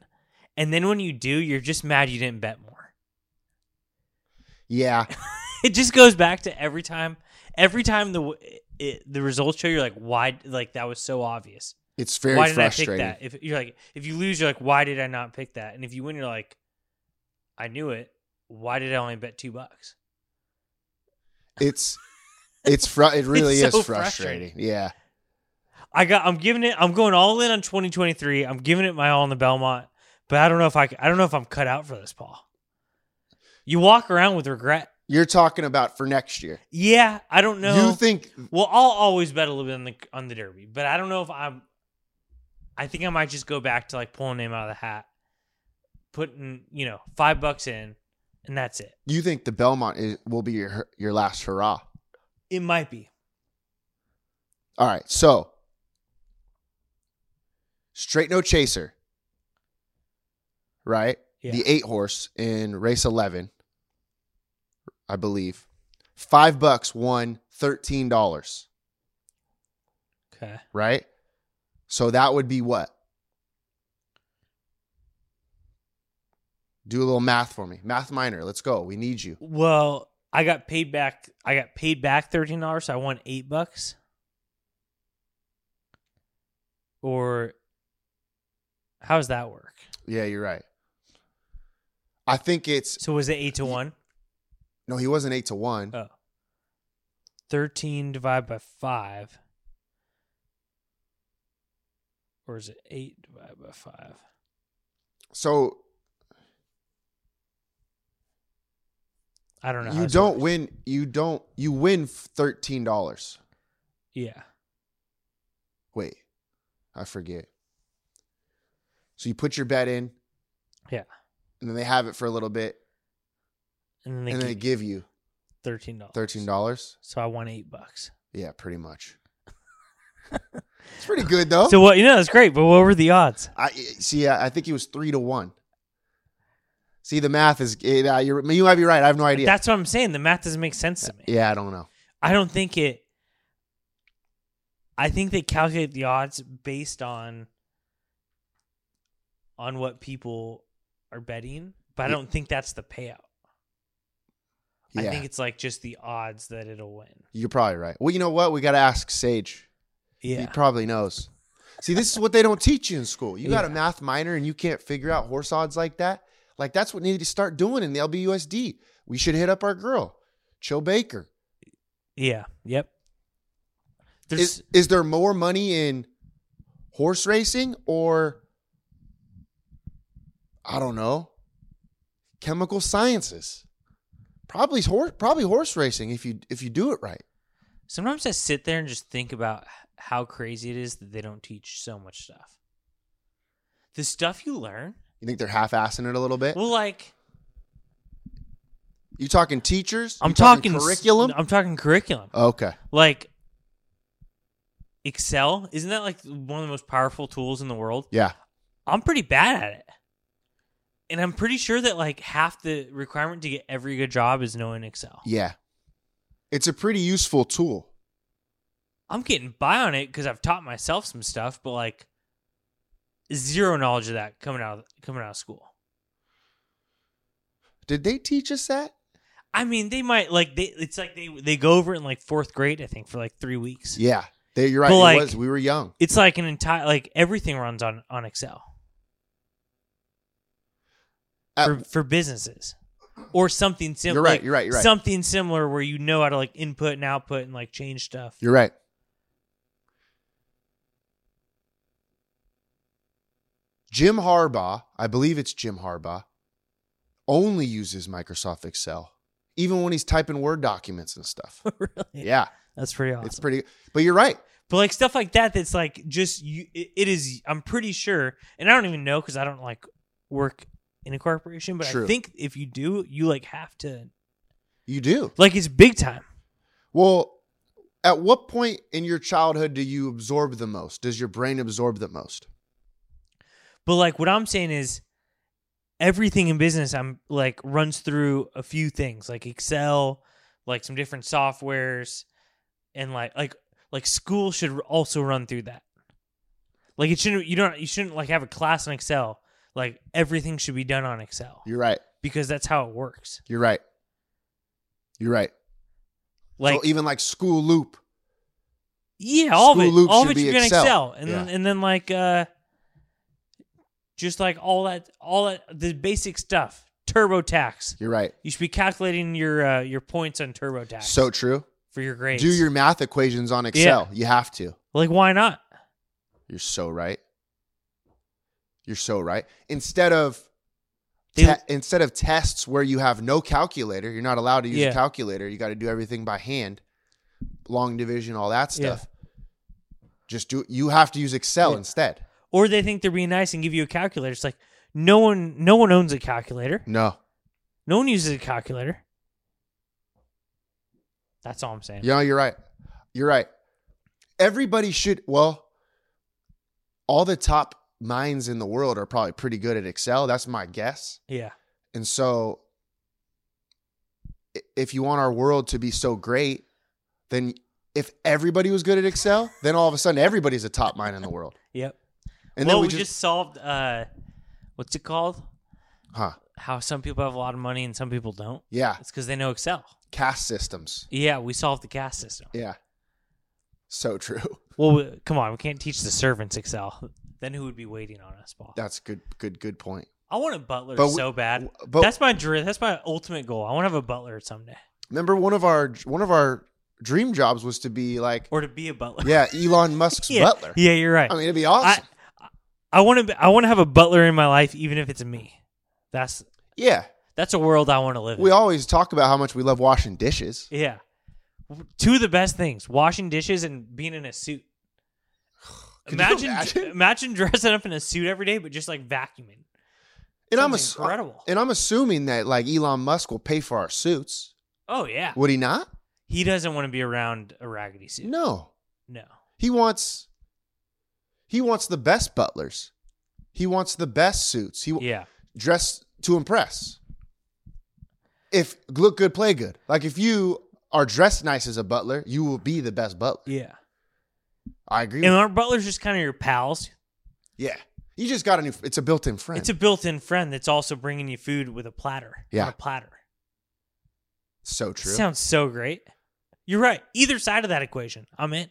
Speaker 3: And then when you do, you're just mad you didn't bet more. (laughs)
Speaker 2: yeah.
Speaker 3: It just goes back to every time, every time the w- it, the results show, you're like, why? Like that was so obvious.
Speaker 2: It's very
Speaker 3: why did I pick
Speaker 2: frustrating.
Speaker 3: that? If you're like, if you lose, you're like, why did I not pick that? And if you win, you're like, I knew it. Why did I only bet two bucks?
Speaker 2: It's it's fr- it really
Speaker 3: It's so
Speaker 2: is frustrating. Yeah.
Speaker 3: I got. I'm giving it. I'm going all in on 2023. I'm giving it my all in the Belmont, but I don't know if I. c- I don't know if I'm cut out for this, Paul. You walk around with regret.
Speaker 2: You're talking about for next year.
Speaker 3: Yeah, I don't know.
Speaker 2: You think
Speaker 3: well, I'll always bet a little bit on the on the Derby, but I don't know if I'm. I think I might just go back to like pulling a name out of the hat, putting you know five bucks in, and that's it.
Speaker 2: you think the Belmont is, will be your your last hurrah.
Speaker 3: It might be.
Speaker 2: All right. So straight no chaser. Right?
Speaker 3: Yeah.
Speaker 2: The 8 horse in race 11 I believe. 5 bucks won $13,
Speaker 3: Okay.
Speaker 2: right? So that would be what? Do a little math for me. Math minor. Let's go. We need you.
Speaker 3: Well, I got paid back. I got paid back thirteen dollars. So I won eight bucks. Or how does that work?
Speaker 2: Yeah, you're right. I think it's
Speaker 3: So was it eight to one?
Speaker 2: no, he wasn't
Speaker 3: Uh,
Speaker 2: eight to one.
Speaker 3: Oh. Thirteen divided by five or is it eight divided by five?
Speaker 2: So
Speaker 3: I don't know. how
Speaker 2: you
Speaker 3: this
Speaker 2: don't
Speaker 3: works.
Speaker 2: win. You don't. You win thirteen dollars.
Speaker 3: Yeah.
Speaker 2: Wait, I forget. So you put your bet in.
Speaker 3: Yeah.
Speaker 2: And then they have it for a little bit,
Speaker 3: And then they
Speaker 2: and then they
Speaker 3: give
Speaker 2: give you
Speaker 3: thirteen dollars.
Speaker 2: thirteen dollars.
Speaker 3: So I won eight bucks.
Speaker 2: Yeah, pretty much. it's pretty good though.
Speaker 3: So what? You know that's great. But what were the odds?
Speaker 2: I see. I I think he was three to one. See, the math is. It, uh, you're, you might be right. I have no idea.
Speaker 3: That's what I'm saying. The math doesn't make sense to me.
Speaker 2: yeah, I don't know.
Speaker 3: I don't think it. I think they calculate the odds based on on what people are betting, but I don't think that's the payout.
Speaker 2: Yeah,
Speaker 3: I think it's like just the odds that it'll win.
Speaker 2: you're probably right. Well, you know what? We got to ask Sage. He
Speaker 3: Yeah,
Speaker 2: probably knows. See, this is what they don't teach you in school. You got a
Speaker 3: Yeah.
Speaker 2: math minor and you can't figure out horse odds like that. Like that's what needed to start doing in the LBUSD. We should hit up our girl, Cho Baker.
Speaker 3: yeah, yep. There's
Speaker 2: Is is there more money in horse racing or I don't know, chemical sciences? Probably horse probably horse racing if you if you do it right.
Speaker 3: sometimes I sit there and just think about h- how crazy it is that they don't teach so much stuff. The stuff you learn,
Speaker 2: You think they're half assing it a little bit?
Speaker 3: well, like
Speaker 2: You talking teachers?
Speaker 3: I'm
Speaker 2: You
Speaker 3: talking, s-
Speaker 2: curriculum.
Speaker 3: I'm talking curriculum.
Speaker 2: okay.
Speaker 3: like Excel, isn't that like one of the most powerful tools in the world?
Speaker 2: Yeah.
Speaker 3: I'm pretty bad at it. And I'm pretty sure that like half the requirement to get every good job is knowing Excel.
Speaker 2: Yeah. It's a pretty useful tool.
Speaker 3: I'm getting by on it because I've taught myself some stuff, but like zero knowledge of that coming out of, coming out of school.
Speaker 2: Did they teach us that?
Speaker 3: I mean, they might like they it's like they they go over it in like fourth grade, I think, for like three weeks.
Speaker 2: Yeah. They, you're right.
Speaker 3: But,
Speaker 2: it
Speaker 3: like-
Speaker 2: was. We were young.
Speaker 3: It's like an entire like everything runs on on Excel.
Speaker 2: At-
Speaker 3: for, for businesses or something similar.
Speaker 2: Uh, You're right, you're right, you're right.
Speaker 3: Something similar where you know how to like input and output and like change stuff.
Speaker 2: you're right. Jim Harbaugh, I believe it's Jim Harbaugh, only uses Microsoft Excel, even when he's typing Word documents and
Speaker 3: (laughs)
Speaker 2: stuff.
Speaker 3: (laughs) really?
Speaker 2: yeah.
Speaker 3: That's pretty awesome.
Speaker 2: It's pretty. But you're right.
Speaker 3: but like stuff like that, that's like just you. It, it is. I'm pretty sure, and I don't even know because I don't like work in a corporation. But
Speaker 2: True.
Speaker 3: I think if you do, you like have to.
Speaker 2: You do.
Speaker 3: Like it's big time.
Speaker 2: Well, at what point in your childhood do you absorb the most? Does your brain absorb the most?
Speaker 3: But like what I'm saying is everything in business I'm like runs through a few things like Excel, like some different softwares and like like like school should also run through that. Like it shouldn't you don't you shouldn't like have a class on Excel. Like everything should be done on Excel
Speaker 2: You're right.
Speaker 3: because that's how it works.
Speaker 2: You're right. You're right.
Speaker 3: Like
Speaker 2: so even like school loop.
Speaker 3: yeah, all of
Speaker 2: school
Speaker 3: it,
Speaker 2: loop
Speaker 3: all of
Speaker 2: should
Speaker 3: it
Speaker 2: be
Speaker 3: should be on
Speaker 2: Excel.
Speaker 3: Excel, and
Speaker 2: Yeah.
Speaker 3: then, and then like uh just like all that all that the basic stuff, TurboTax,
Speaker 2: You're right.
Speaker 3: You should be calculating your uh, your points on TurboTax
Speaker 2: So true.
Speaker 3: for your grades.
Speaker 2: Do your math equations on Excel. You have to.
Speaker 3: like why not?
Speaker 2: You're so right. You're so right. Instead of
Speaker 3: They-
Speaker 2: te- instead of tests where you have no calculator, you're not allowed to use a
Speaker 3: Yeah.
Speaker 2: calculator. You got to do everything by hand, long division, all that
Speaker 3: Yeah.
Speaker 2: stuff. Just do. You have to use Excel
Speaker 3: Yeah.
Speaker 2: instead.
Speaker 3: Or they think they're being nice and give you a calculator. It's like no one no one owns a calculator.
Speaker 2: No,
Speaker 3: No one uses a calculator. That's all I'm saying.
Speaker 2: Yeah, you're right. You're right. Everybody should well all the top minds in the world are probably pretty good at Excel. That's my guess.
Speaker 3: Yeah.
Speaker 2: And so i- if you want our world to be so great, then if everybody was good at Excel, then all of a sudden everybody's a top mind in the world.
Speaker 3: Yep.
Speaker 2: And
Speaker 3: well,
Speaker 2: then
Speaker 3: we, just, solved uh what's it called?
Speaker 2: huh.
Speaker 3: How some people have a lot of money and some people don't.
Speaker 2: Yeah,
Speaker 3: It's because they know Excel.
Speaker 2: caste systems.
Speaker 3: Yeah, we solved the caste system.
Speaker 2: Yeah. So true. (laughs)
Speaker 3: Well, we, come on, we can't teach the servants Excel. Then who would be waiting on us, Paul?
Speaker 2: That's good good good point.
Speaker 3: I want a butler
Speaker 2: But we-
Speaker 3: so bad.
Speaker 2: w- but-
Speaker 3: that's my dream. That's my ultimate goal. I want to have a butler someday,
Speaker 2: Remember one of our one of our dream jobs was to be like
Speaker 3: or to be a butler.
Speaker 2: Yeah, Elon Musk's
Speaker 3: (laughs) yeah,
Speaker 2: butler.
Speaker 3: Yeah, you're right.
Speaker 2: I mean, it'd be awesome.
Speaker 3: I want to. I want to have a butler in my life, even if it's me. That's
Speaker 2: Yeah.
Speaker 3: that's a world I want to live in.
Speaker 2: We always talk about how much we love washing dishes.
Speaker 3: yeah. Two of the best things: washing dishes and being in a suit.
Speaker 2: (sighs) Could you
Speaker 3: Imagine,
Speaker 2: imagine?
Speaker 3: imagine dressing up in a suit every day, but just like vacuuming.
Speaker 2: And I'm
Speaker 3: Sounds
Speaker 2: ass-
Speaker 3: incredible.
Speaker 2: And I'm assuming that like Elon Musk will pay for our suits.
Speaker 3: Oh yeah,
Speaker 2: Would he not?
Speaker 3: he doesn't want to be around a raggedy suit.
Speaker 2: No.
Speaker 3: no.
Speaker 2: He wants he wants the best butlers. He wants the best suits. He
Speaker 3: Yeah,
Speaker 2: dress to impress. If look good, play good. Like if you are dressed nice as a butler, you will be the best butler.
Speaker 3: yeah.
Speaker 2: I agree.
Speaker 3: And
Speaker 2: With,
Speaker 3: aren't butlers just kind of your pals?
Speaker 2: yeah. You just got a new it's a built-in friend.
Speaker 3: It's a built-in friend that's also bringing you food with a platter.
Speaker 2: Yeah.
Speaker 3: on a platter.
Speaker 2: so true.
Speaker 3: Sounds so great. You're right. Either side of that equation, I'm in.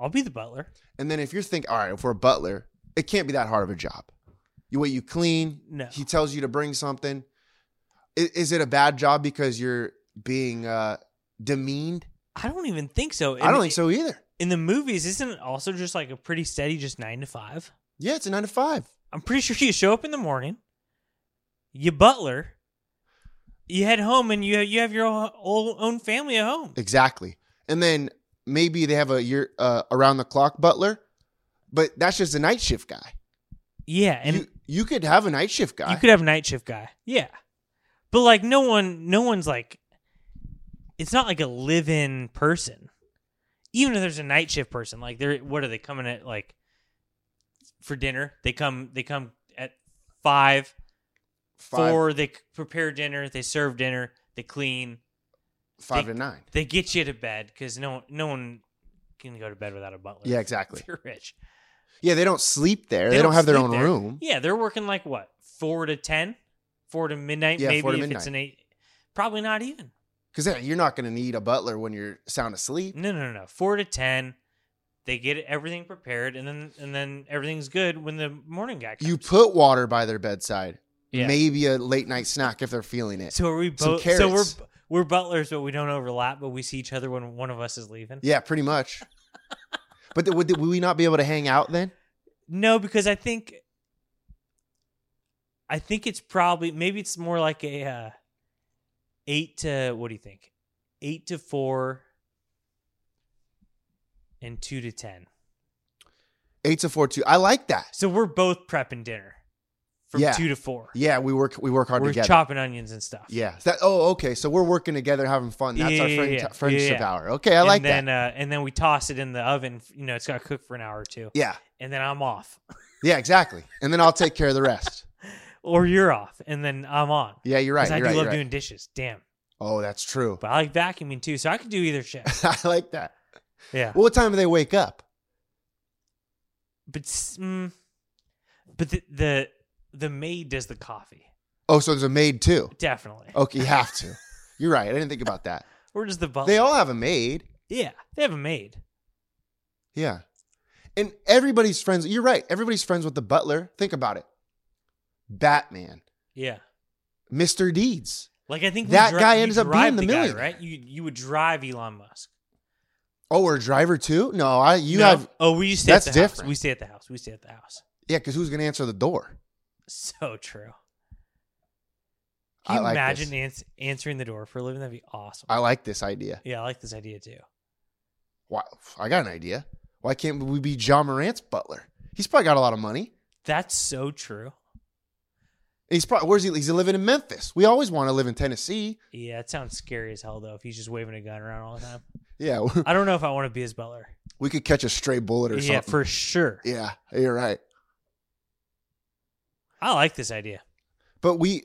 Speaker 3: I'll be the butler.
Speaker 2: And then if you're thinking, all right, if we're a butler, it can't be that hard of a job. You wait, you clean.
Speaker 3: No.
Speaker 2: He tells you to bring something. I- Is, it a bad job because you're being uh, demeaned?
Speaker 3: I don't even think so.
Speaker 2: I
Speaker 3: In-
Speaker 2: don't think so either.
Speaker 3: In the movies, isn't it also just like a pretty steady, just nine to five?
Speaker 2: Yeah, it's a nine to five.
Speaker 3: I'm pretty sure you show up in the morning, you butler, you head home, and you you have your own, own family at home.
Speaker 2: Exactly. And then maybe they have a year uh, around the clock butler, but that's just a night shift guy.
Speaker 3: Yeah, and
Speaker 2: you, you could have a night shift guy.
Speaker 3: You could have night shift guy. Yeah. But like no one no one's like it's not like a live in person. Even if there's a night shift person, like they're what are they coming at like for dinner? They come they come at five,
Speaker 2: five,
Speaker 3: four, they c- prepare dinner, they serve dinner, they clean,
Speaker 2: five
Speaker 3: they-
Speaker 2: to nine.
Speaker 3: they get you to bed because no no one can go to bed without a butler.
Speaker 2: Yeah, exactly.
Speaker 3: If (laughs) you're rich.
Speaker 2: Yeah, they don't sleep there. They, don't, have their
Speaker 3: sleep
Speaker 2: own
Speaker 3: there.
Speaker 2: room.
Speaker 3: Yeah, they're working like what four to ten, four to midnight.
Speaker 2: Yeah,
Speaker 3: maybe
Speaker 2: four to
Speaker 3: if
Speaker 2: midnight.
Speaker 3: it's an eight, probably not even.
Speaker 2: Because you're not going to need a butler when you're sound asleep.
Speaker 3: No, no, no, no. Four to ten, they get everything prepared, and then and then everything's good when the morning guy comes.
Speaker 2: You put water by their bedside.
Speaker 3: Yeah.
Speaker 2: Maybe a late night snack if they're feeling it.
Speaker 3: so are we
Speaker 2: some
Speaker 3: both? So we're
Speaker 2: carrots.
Speaker 3: we're butlers, but we don't overlap. But we see each other when one of us is leaving.
Speaker 2: yeah, pretty
Speaker 3: (laughs)
Speaker 2: much. but th- would, th- would we not be able to hang out then?
Speaker 3: No, because I think I think it's probably maybe it's more like a uh, eight to what do you think? Eight to four and two to ten.
Speaker 2: Eight to four, two. I like that.
Speaker 3: So we're both prepping dinner from
Speaker 2: Yeah.
Speaker 3: two to four.
Speaker 2: Yeah, we work. We work hard
Speaker 3: we're
Speaker 2: together.
Speaker 3: chopping onions and stuff.
Speaker 2: yeah. That, oh, okay. So we're working together, having fun. That's our
Speaker 3: Yeah,
Speaker 2: friend,
Speaker 3: yeah, yeah.
Speaker 2: friendship
Speaker 3: Yeah, yeah.
Speaker 2: hour. Okay, I like
Speaker 3: and then,
Speaker 2: that.
Speaker 3: Uh, and then we toss it in the oven. You know, it's got to cook for an hour or two,
Speaker 2: yeah,
Speaker 3: and then I'm off,
Speaker 2: yeah, exactly. And then I'll take care of the rest.
Speaker 3: or you're off, and then I'm on.
Speaker 2: Yeah, you're
Speaker 3: 'Cause
Speaker 2: right.
Speaker 3: I
Speaker 2: You're
Speaker 3: do
Speaker 2: right,
Speaker 3: love
Speaker 2: you're right.
Speaker 3: doing dishes. Damn,
Speaker 2: Oh, that's true.
Speaker 3: but I like vacuuming too, so I could do either shift.
Speaker 2: (laughs) I like that.
Speaker 3: Yeah.
Speaker 2: Well, what time do they wake up?
Speaker 3: but s- mm, but the, the the maid does the coffee
Speaker 2: Oh, so there's a maid too.
Speaker 3: definitely
Speaker 2: Okay, you have
Speaker 3: (laughs)
Speaker 2: to. You're right. I didn't think about that.
Speaker 3: or does the butler
Speaker 2: They all have a maid.
Speaker 3: yeah they have a maid
Speaker 2: Yeah. And everybody's friends. You're right. Everybody's friends with the butler. Think about it. Batman,
Speaker 3: yeah
Speaker 2: Mr. Deeds.
Speaker 3: like I think we
Speaker 2: That
Speaker 3: dri-
Speaker 2: guy
Speaker 3: you
Speaker 2: ends up
Speaker 3: drive
Speaker 2: being the
Speaker 3: guy,
Speaker 2: millionaire.
Speaker 3: right you you would drive Elon Musk
Speaker 2: Oh, or driver too? No, I you
Speaker 3: No?
Speaker 2: have
Speaker 3: oh we stay
Speaker 2: that's
Speaker 3: at the house.
Speaker 2: different.
Speaker 3: we stay at the house we stay at the house
Speaker 2: yeah, because who's gonna answer the door?
Speaker 3: so true
Speaker 2: I
Speaker 3: can you
Speaker 2: like
Speaker 3: imagine
Speaker 2: this.
Speaker 3: ans- answering the door for a living that'd be awesome
Speaker 2: I like this idea.
Speaker 3: yeah I like this idea too
Speaker 2: Why I got an idea. Why can't we be John Morant's butler? He's probably got a lot of money.
Speaker 3: that's so true
Speaker 2: He's probably where's he? He's living in Memphis. We always want to live in Tennessee.
Speaker 3: yeah it sounds scary as hell though if he's just waving a gun around all the time
Speaker 2: Yeah, (laughs)
Speaker 3: I don't know if I want to be his butler
Speaker 2: we could catch a stray bullet or
Speaker 3: yeah
Speaker 2: something.
Speaker 3: for sure
Speaker 2: yeah, you're right.
Speaker 3: I like this idea.
Speaker 2: but we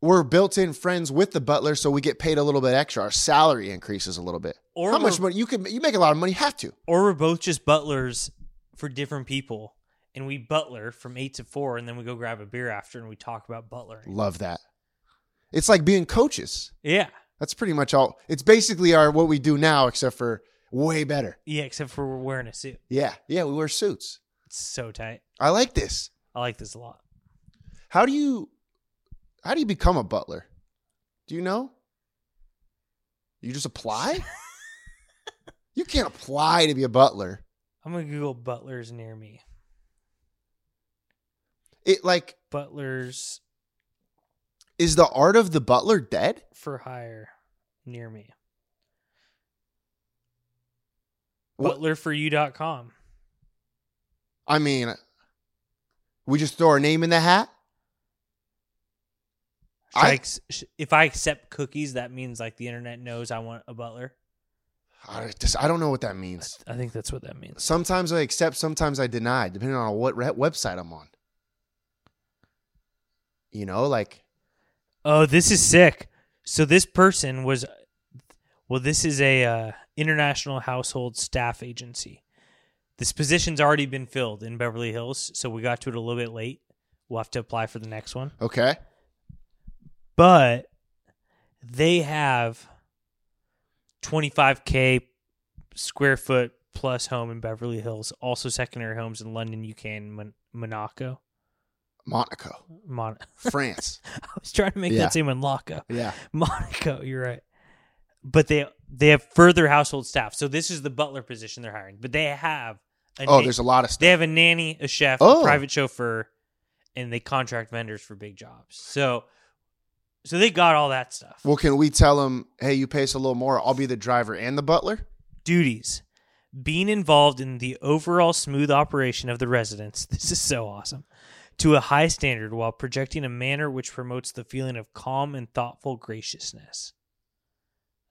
Speaker 2: we're built-in friends with the butler, so we get paid a little bit extra. Our salary increases a little bit.
Speaker 3: Or
Speaker 2: How much
Speaker 3: we're-
Speaker 2: money you can you make a lot of money? You have to.
Speaker 3: Or we're both just butlers for different people, and we butler from eight to four, and then we go grab a beer after, and we talk about butlering.
Speaker 2: Love that. It's like being coaches.
Speaker 3: Yeah,
Speaker 2: That's pretty much all. It's basically our what we do now, except for way better.
Speaker 3: yeah. Except for we're wearing a suit.
Speaker 2: Yeah, yeah. We wear suits.
Speaker 3: It's so tight.
Speaker 2: I like this.
Speaker 3: I like this a lot.
Speaker 2: How do you how do you become a butler? Do you know? You just apply.
Speaker 3: (laughs)
Speaker 2: you can't apply to be a butler.
Speaker 3: I'm gonna Google butlers near me.
Speaker 2: It like
Speaker 3: Butler's
Speaker 2: is the art of the butler dead?
Speaker 3: for hire near me.
Speaker 2: What-
Speaker 3: Butlerforyou.com.
Speaker 2: I mean, we just throw our name in the hat.
Speaker 3: Should I,
Speaker 2: I-
Speaker 3: ex- sh- if I accept cookies, that means like the internet knows I want a butler.
Speaker 2: I just I don't know what that means.
Speaker 3: I think that's what that means.
Speaker 2: Sometimes I accept, sometimes I deny, depending on what re- website I'm on. You know, like
Speaker 3: Oh, this is sick. So this person was, well, this is a uh, international household staff agency. This position's already been filled in Beverly Hills, so we got to it a little bit late. We'll have to apply for the next one.
Speaker 2: okay,
Speaker 3: but they have 25k square foot plus home in Beverly Hills, also secondary homes in London, UK, and Mon- Monaco.
Speaker 2: Monaco,
Speaker 3: Mon- (laughs)
Speaker 2: France.
Speaker 3: I was trying to make
Speaker 2: Yeah.
Speaker 3: that say Monaco.
Speaker 2: yeah,
Speaker 3: (laughs) Monaco, you're right. But they they have further household staff. So this is the butler position they're hiring. But they have a
Speaker 2: Oh,
Speaker 3: na-
Speaker 2: there's a lot of stuff.
Speaker 3: they have a nanny, a chef,
Speaker 2: Oh.
Speaker 3: a private chauffeur, and they contract vendors for big jobs. So so they got all that stuff.
Speaker 2: Well, can we tell them, hey, you pay us a little more? I'll be the driver and the butler.
Speaker 3: duties being involved in the overall smooth operation of the residence (laughs) this is so awesome to a high standard while projecting a manner which promotes the feeling of calm and thoughtful graciousness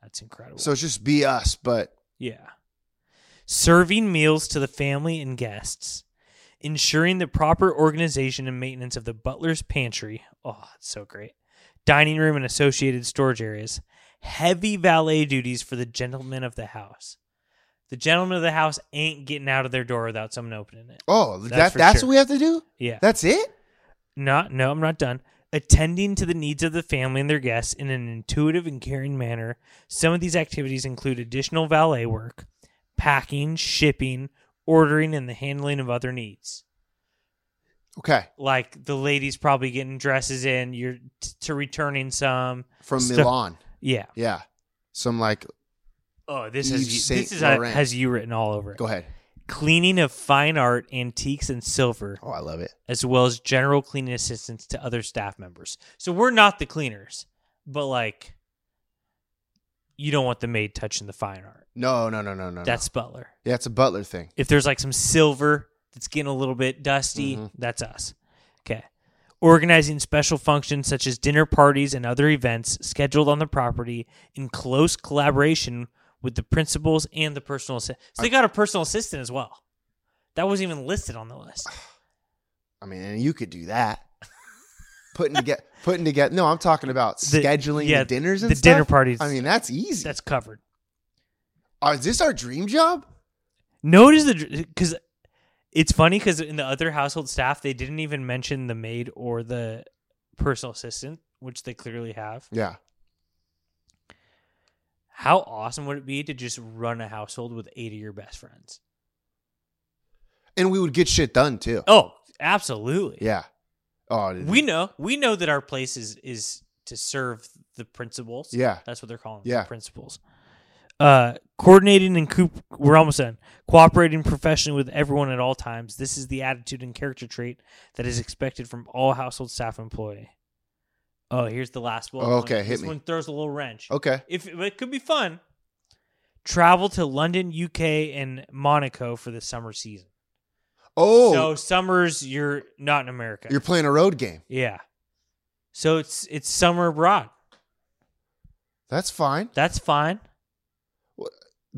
Speaker 3: that's incredible
Speaker 2: So it's just be us, but
Speaker 3: yeah serving meals to the family and guests ensuring the proper organization and maintenance of the butler's pantry oh it's so great dining room and associated storage areas heavy valet duties for the gentlemen of the house the gentlemen of the house ain't getting out of their door without someone opening it
Speaker 2: oh,
Speaker 3: That's
Speaker 2: that's that,
Speaker 3: for
Speaker 2: that's
Speaker 3: sure.
Speaker 2: what we have to do.
Speaker 3: yeah
Speaker 2: That's it.
Speaker 3: not no i'm not done attending to the needs of the family and their guests in an intuitive and caring manner some of these activities include additional valet work packing shipping ordering and the handling of other needs
Speaker 2: Okay,
Speaker 3: like the ladies probably getting dresses in you're t- to returning some
Speaker 2: from
Speaker 3: Stuff-
Speaker 2: Milan.
Speaker 3: yeah
Speaker 2: Yeah, some like
Speaker 3: oh this
Speaker 2: Yves
Speaker 3: is
Speaker 2: Saint
Speaker 3: this is
Speaker 2: Laurent.
Speaker 3: has you written all over it
Speaker 2: go ahead.
Speaker 3: cleaning of fine art antiques and silver
Speaker 2: Oh, I love it.
Speaker 3: as well as general cleaning assistance to other staff members. So we're not the cleaners, but like you don't want the maid touching the fine art.
Speaker 2: No, no, no, no, no.
Speaker 3: That's butler.
Speaker 2: no. yeah, it's a butler thing.
Speaker 3: If there's like some silver that's getting a little bit dusty, that's us. Okay. Organizing special functions such as dinner parties and other events scheduled on the property in close collaboration with the principals and the personal assistant. So they got a personal assistant as well. That wasn't even listed on the list.
Speaker 2: I mean, and you could do that. putting together, (laughs) putting together. No, I'm talking about
Speaker 3: The-
Speaker 2: scheduling
Speaker 3: yeah,
Speaker 2: the dinners and
Speaker 3: the dinner
Speaker 2: stuff.
Speaker 3: parties.
Speaker 2: I mean, that's easy.
Speaker 3: That's covered.
Speaker 2: Uh, is this our dream job?
Speaker 3: Notice the because it's funny because in the other household staff they didn't even mention the maid or the personal assistant, which they clearly have.
Speaker 2: Yeah,
Speaker 3: How awesome would it be to just run a household with eight of your best friends?
Speaker 2: and we would get shit done too.
Speaker 3: Oh, absolutely.
Speaker 2: Yeah. Oh, dude.
Speaker 3: we know we know that our place is is to serve the principals.
Speaker 2: Yeah.
Speaker 3: that's what they're calling
Speaker 2: Yeah.
Speaker 3: them, principals. Uh, coordinating and coop. We're almost done. Cooperating professionally with everyone at all times. This is the attitude and character trait that is expected from all household staff employee. Oh, here's the last one.
Speaker 2: Oh, okay, hit
Speaker 3: this
Speaker 2: me.
Speaker 3: one throws a little wrench.
Speaker 2: Okay.
Speaker 3: If but it could be fun. Travel to London, UK, and Monaco for the summer season.
Speaker 2: Oh,
Speaker 3: So summers, you're not in America.
Speaker 2: you're playing a road game.
Speaker 3: Yeah. So it's it's summer abroad.
Speaker 2: That's fine.
Speaker 3: That's fine.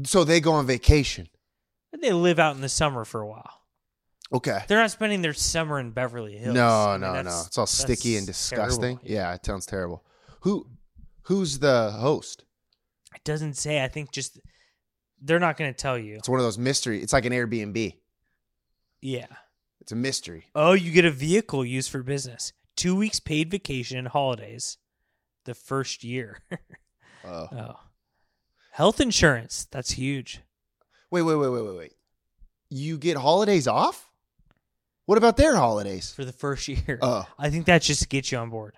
Speaker 2: So they go on vacation.
Speaker 3: But they live out in the summer for a while.
Speaker 2: Okay.
Speaker 3: They're not spending their summer in Beverly Hills.
Speaker 2: No,
Speaker 3: I mean,
Speaker 2: no, no.
Speaker 3: that's-
Speaker 2: It's all
Speaker 3: that's
Speaker 2: sticky and
Speaker 3: terrible.
Speaker 2: disgusting. Yeah, it sounds terrible. Who, who's the host?
Speaker 3: It doesn't say. I think just they're not going to tell you.
Speaker 2: It's one of those mystery. It's like an Airbnb.
Speaker 3: Yeah.
Speaker 2: It's a mystery.
Speaker 3: Oh, you get a vehicle used for business. Two weeks paid vacation and holidays. The first year. (laughs)
Speaker 2: Oh.
Speaker 3: oh. Health insurance. That's huge.
Speaker 2: Wait, wait, wait, wait, wait, wait. You get holidays off? What about their holidays?
Speaker 3: for the first (laughs) year.
Speaker 2: Oh.
Speaker 3: I think that's just to get you on board.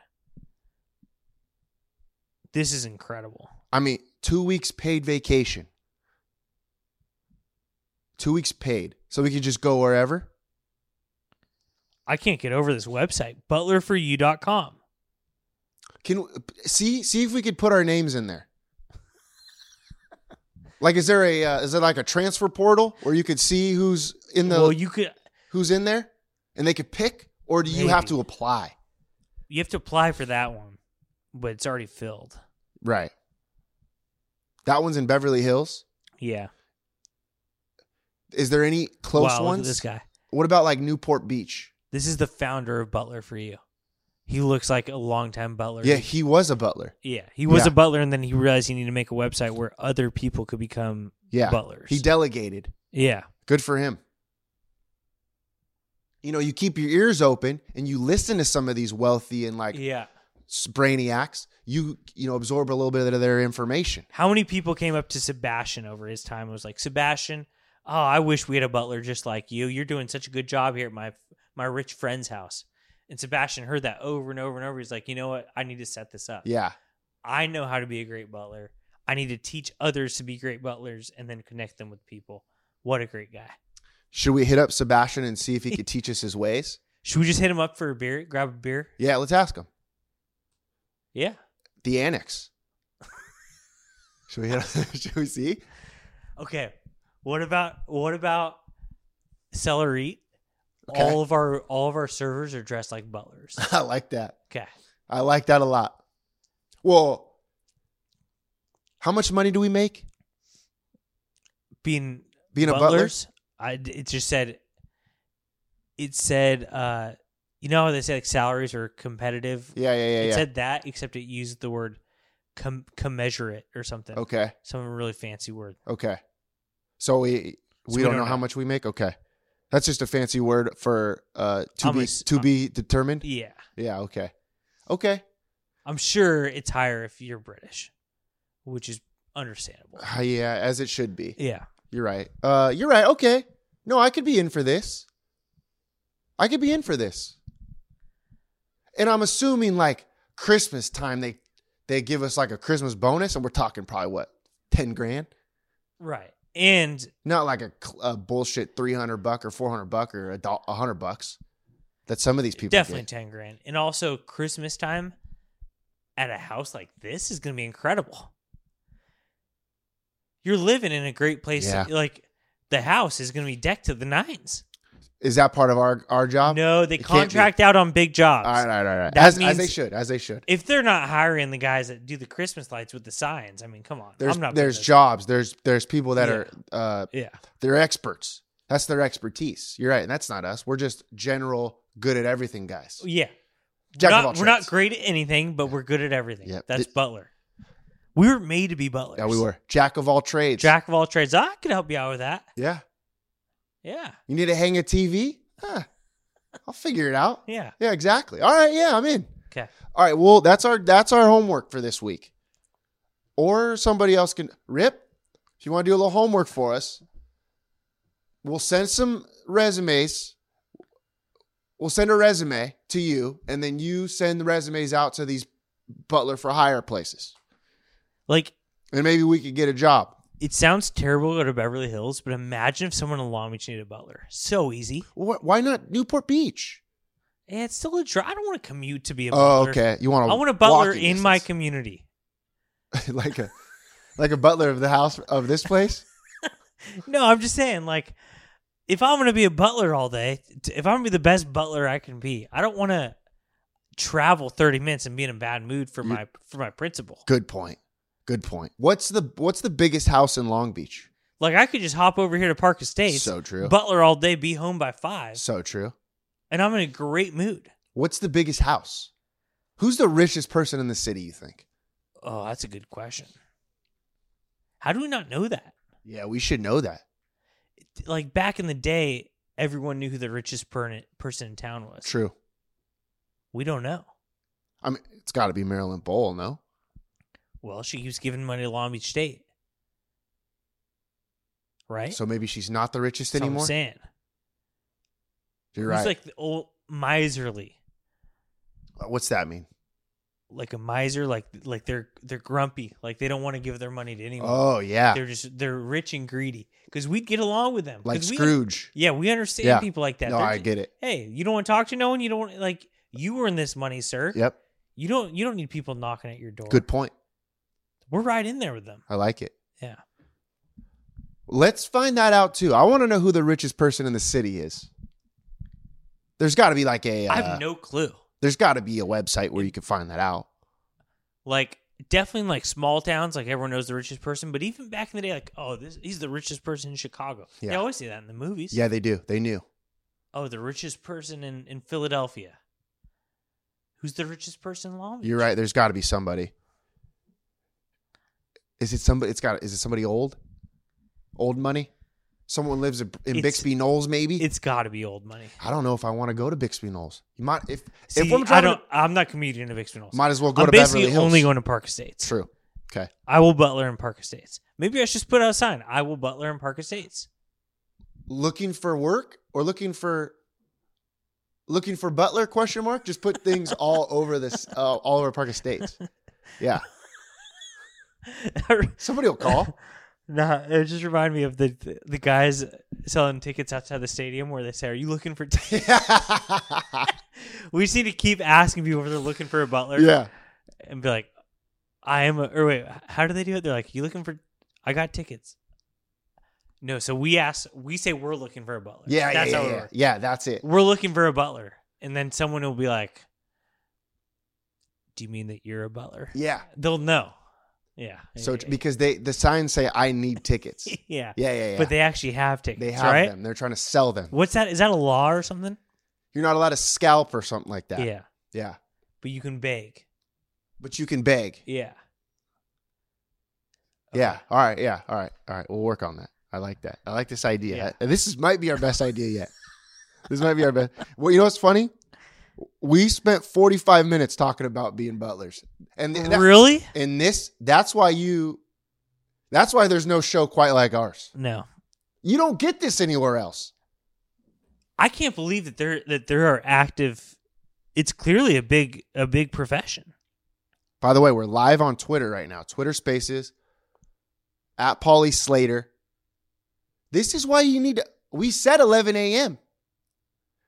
Speaker 3: This is incredible.
Speaker 2: I mean, two weeks paid vacation. Two weeks paid. So we could just go wherever?
Speaker 3: I can't get over this website, butlerforyou.com.
Speaker 2: Can see see if we could put our names in
Speaker 3: (laughs)
Speaker 2: there. Like, is there a uh, is there like a transfer portal where you could see who's in the
Speaker 3: well, you could
Speaker 2: who's in there, and they could pick, or do you have
Speaker 3: Maybe.
Speaker 2: to apply?
Speaker 3: you have to apply for that one, but it's already filled.
Speaker 2: Right. That one's in Beverly Hills.
Speaker 3: Yeah.
Speaker 2: Is there any close
Speaker 3: wow,
Speaker 2: ones?
Speaker 3: Look at this guy.
Speaker 2: What about like Newport Beach?
Speaker 3: This is the founder of Butler for You. He looks like a longtime butler.
Speaker 2: Yeah, he was a butler.
Speaker 3: Yeah, he was
Speaker 2: Yeah.
Speaker 3: a butler, and then he realized he needed to make a website where other people could become
Speaker 2: Yeah,
Speaker 3: butlers.
Speaker 2: He delegated.
Speaker 3: yeah,
Speaker 2: Good for him. You know, you keep your ears open and you listen to some of these wealthy and like
Speaker 3: yeah.
Speaker 2: s- brainiacs. You you know absorb a little bit of their information.
Speaker 3: How many people came up to Sebastian over his time and was like, Sebastian, oh, I wish we had a butler just like you. You're doing such a good job here at my my rich friend's house. And Sebastian heard that over and over and over. He's like, you know what? I need to set this up.
Speaker 2: Yeah,
Speaker 3: I know how to be a great butler. I need to teach others to be great butlers and then connect them with people. What a great guy.
Speaker 2: should we hit up Sebastian and see if he could teach us his ways?
Speaker 3: Should we just hit him up for a beer? Grab a beer?
Speaker 2: Yeah, let's ask him.
Speaker 3: Yeah.
Speaker 2: The annex. (laughs) should we hit, (laughs) should we see?
Speaker 3: Okay. What about what about celery?
Speaker 2: Okay.
Speaker 3: All of our all of our servers are dressed like butlers.
Speaker 2: I like that.
Speaker 3: Okay.
Speaker 2: I like that a lot. Well, how much money do we make
Speaker 3: Being
Speaker 2: being
Speaker 3: butlers, I d it just said it said uh you know how they say like salaries are competitive?
Speaker 2: a butler? Yeah, yeah,
Speaker 3: it
Speaker 2: yeah, yeah.
Speaker 3: said that except it used the word com- commensurate or something.
Speaker 2: Okay,
Speaker 3: Some really fancy word.
Speaker 2: okay. So we we,
Speaker 3: we
Speaker 2: don't,
Speaker 3: don't
Speaker 2: know, how
Speaker 3: know.
Speaker 2: much we make. Okay, that's just a fancy word for uh to
Speaker 3: I'm
Speaker 2: be
Speaker 3: gonna s-
Speaker 2: to be determined.
Speaker 3: Yeah.
Speaker 2: Yeah. Okay. Okay.
Speaker 3: I'm sure it's higher if you're British, which is understandable.
Speaker 2: Ah, yeah, as it should be.
Speaker 3: Yeah.
Speaker 2: You're right. Uh, you're right. Okay. No, I could be in for this. I could be in for this. And I'm assuming like Christmas time they they give us like a Christmas bonus, and we're talking probably what ten grand,
Speaker 3: Right. And
Speaker 2: not like a, cl- a bullshit three hundred buck or four hundred buck or a do- a hundred bucks that some of these people
Speaker 3: definitely
Speaker 2: get.
Speaker 3: 10 grand and also christmas time at a house like this is gonna be incredible you're living in a great place
Speaker 2: Yeah.
Speaker 3: like the house is gonna be decked to the nines
Speaker 2: Is that part of our our job?
Speaker 3: no they
Speaker 2: Um, it can't be.
Speaker 3: contract out on big jobs
Speaker 2: All right, all right, all right.
Speaker 3: That
Speaker 2: As, as
Speaker 3: means-
Speaker 2: they should, as they should.
Speaker 3: if they're not hiring the guys that do the christmas lights with the signs i mean come on
Speaker 2: There's
Speaker 3: i'm not
Speaker 2: there's
Speaker 3: business.
Speaker 2: jobs. There's there's people that
Speaker 3: Yeah.
Speaker 2: are uh,
Speaker 3: yeah
Speaker 2: They're experts. That's their expertise. You're right. And that's not us. We're just general, good at everything guys.
Speaker 3: Oh, yeah
Speaker 2: Jack
Speaker 3: we're
Speaker 2: of all
Speaker 3: not, we're not
Speaker 2: trades.
Speaker 3: great at anything but we're good at everything
Speaker 2: Yep.
Speaker 3: that's
Speaker 2: Th-
Speaker 3: butler we were made to be butlers
Speaker 2: Yeah, we were. Jack of all trades.
Speaker 3: jack of all trades i could help you out with that
Speaker 2: Yeah.
Speaker 3: yeah
Speaker 2: You need to hang a TV? Huh. I'll figure it out.
Speaker 3: yeah
Speaker 2: Yeah, exactly. All right. Yeah, I'm in.
Speaker 3: okay
Speaker 2: All right. Well, that's our that's our homework for this week. Or somebody else can rip. If you want to do a little homework for us, we'll send some resumes. We'll send a resume to you, and then you send the resumes out to these butler for hire places,
Speaker 3: like
Speaker 2: and maybe we could get a job.
Speaker 3: it sounds terrible to go to Beverly Hills, but imagine if someone in Long Beach needed a butler. So easy.
Speaker 2: Wh- Why not Newport Beach?
Speaker 3: And it's still a drive. I don't want to commute to be a
Speaker 2: Oh,
Speaker 3: butler.
Speaker 2: okay. You want
Speaker 3: I
Speaker 2: a
Speaker 3: want a butler in
Speaker 2: walking
Speaker 3: my
Speaker 2: distance.
Speaker 3: community.
Speaker 2: (laughs) like a like a butler of the house of this place.
Speaker 3: No, I'm just saying, like, if I'm going to be a butler all day, t- if I'm going to be the best butler I can be, I don't want to travel 30 minutes and be in a bad mood for my for my principal.
Speaker 2: Good point. Good point. What's the what's the biggest house in Long Beach?
Speaker 3: Like, I could just hop over here to Park Estates,
Speaker 2: So true.
Speaker 3: butler all day, be home by five,
Speaker 2: So true.
Speaker 3: and I'm in a great mood.
Speaker 2: What's the biggest house? Who's the richest person in the city, you think?
Speaker 3: Oh, that's a good question. How do we not know that?
Speaker 2: Yeah, we should know that.
Speaker 3: like back in the day, everyone knew who the richest per- person in town was.
Speaker 2: True.
Speaker 3: We don't know.
Speaker 2: I mean, it's got to be Marilyn Bowl, no?
Speaker 3: Well, she keeps giving money to Long Beach State, right?
Speaker 2: So maybe she's not the richest
Speaker 3: That's what
Speaker 2: anymore.
Speaker 3: I'm saying.
Speaker 2: You're
Speaker 3: Who's
Speaker 2: right.
Speaker 3: like the old miserly?
Speaker 2: What's that mean?
Speaker 3: like a miser, like like they're they're grumpy, like they don't want to give their money to anyone.
Speaker 2: Oh yeah,
Speaker 3: They're just they're rich and greedy because we'd get along with them.
Speaker 2: like
Speaker 3: 'Cause we-
Speaker 2: Scrooge.
Speaker 3: yeah, we understand
Speaker 2: Yeah.
Speaker 3: people like that.
Speaker 2: no,
Speaker 3: They're
Speaker 2: I
Speaker 3: ju-
Speaker 2: get it.
Speaker 3: Hey, you don't want to talk to no one. You don't want like you earn this money, sir.
Speaker 2: Yep,
Speaker 3: You don't you don't need people knocking at your door.
Speaker 2: good point.
Speaker 3: We're right in there with them.
Speaker 2: I like it.
Speaker 3: Yeah.
Speaker 2: Let's find that out too. I want to know who the richest person in the city is. There's got to be like a. Uh,
Speaker 3: I have no clue.
Speaker 2: there's got to be a website where you can find that out.
Speaker 3: Like definitely in, like small towns, like everyone knows the richest person. But even back in the day, like oh, this he's the richest person in Chicago. They
Speaker 2: Yeah.
Speaker 3: always say that in the movies.
Speaker 2: Yeah, they do. They knew.
Speaker 3: Oh, the richest person in in Philadelphia. Who's the richest person in Long Beach?
Speaker 2: You're right. There's got to be somebody. Is it somebody? It's got. Is it somebody old? Old money. Someone lives in in
Speaker 3: It's-
Speaker 2: Bixby Knolls, maybe.
Speaker 3: It's got to be old money.
Speaker 2: I don't know if I want to go to Bixby Knolls. You might if
Speaker 3: See,
Speaker 2: if I'm
Speaker 3: I
Speaker 2: driving,
Speaker 3: don't. I'm not commuting to Bixby Knolls.
Speaker 2: might as well go
Speaker 3: I'm
Speaker 2: to
Speaker 3: basically
Speaker 2: Beverly Hills.
Speaker 3: only going to Park Estates.
Speaker 2: True. Okay.
Speaker 3: I will Butler in Park Estates. Maybe I should just put out a sign. I will Butler in Park Estates. (laughs)
Speaker 2: Looking for work or looking for looking for butler question mark just put things all over this uh, all over park estates yeah somebody will call
Speaker 3: nah, it just reminded me of the, the guys selling tickets outside the stadium where they say, "Are you looking for?" T-? (laughs) we just need to keep asking people if they're looking for a butler.
Speaker 2: yeah
Speaker 3: and be like, "I am." A, or wait, how do they do it? They're like, "You looking for?" I got tickets. No, so we ask. We say we're looking for a butler.
Speaker 2: yeah
Speaker 3: that's
Speaker 2: yeah
Speaker 3: how it
Speaker 2: yeah,
Speaker 3: works.
Speaker 2: yeah that's it
Speaker 3: we're looking for a butler and then someone will be like do you mean that you're a butler
Speaker 2: yeah
Speaker 3: they'll know yeah
Speaker 2: so
Speaker 3: (laughs) yeah,
Speaker 2: it's because they the signs say i need tickets
Speaker 3: (laughs) yeah.
Speaker 2: yeah yeah yeah
Speaker 3: but they actually have tickets
Speaker 2: They have
Speaker 3: right
Speaker 2: them they're trying to sell them
Speaker 3: what's that is that a law or something
Speaker 2: you're not allowed to scalp or something like that
Speaker 3: yeah
Speaker 2: yeah
Speaker 3: but you can beg
Speaker 2: but you can beg
Speaker 3: yeah
Speaker 2: Yeah. All right. Yeah. All right. All right. We'll work on that. I like that. I like this idea.
Speaker 3: Yeah.
Speaker 2: I- This is, might be our best idea yet. This might be our best. Well, you know what's funny? We spent 45 minutes talking about being butlers. And th- that-
Speaker 3: really
Speaker 2: and this that's why you that's why there's no show quite like ours.
Speaker 3: no
Speaker 2: You don't get this anywhere else.
Speaker 3: i can't believe that there that there are active it's clearly a big a big profession
Speaker 2: By the way, we're live on Twitter right now. Twitter Spaces at Pauly Slater. This is why you need to. We said 11 a.m.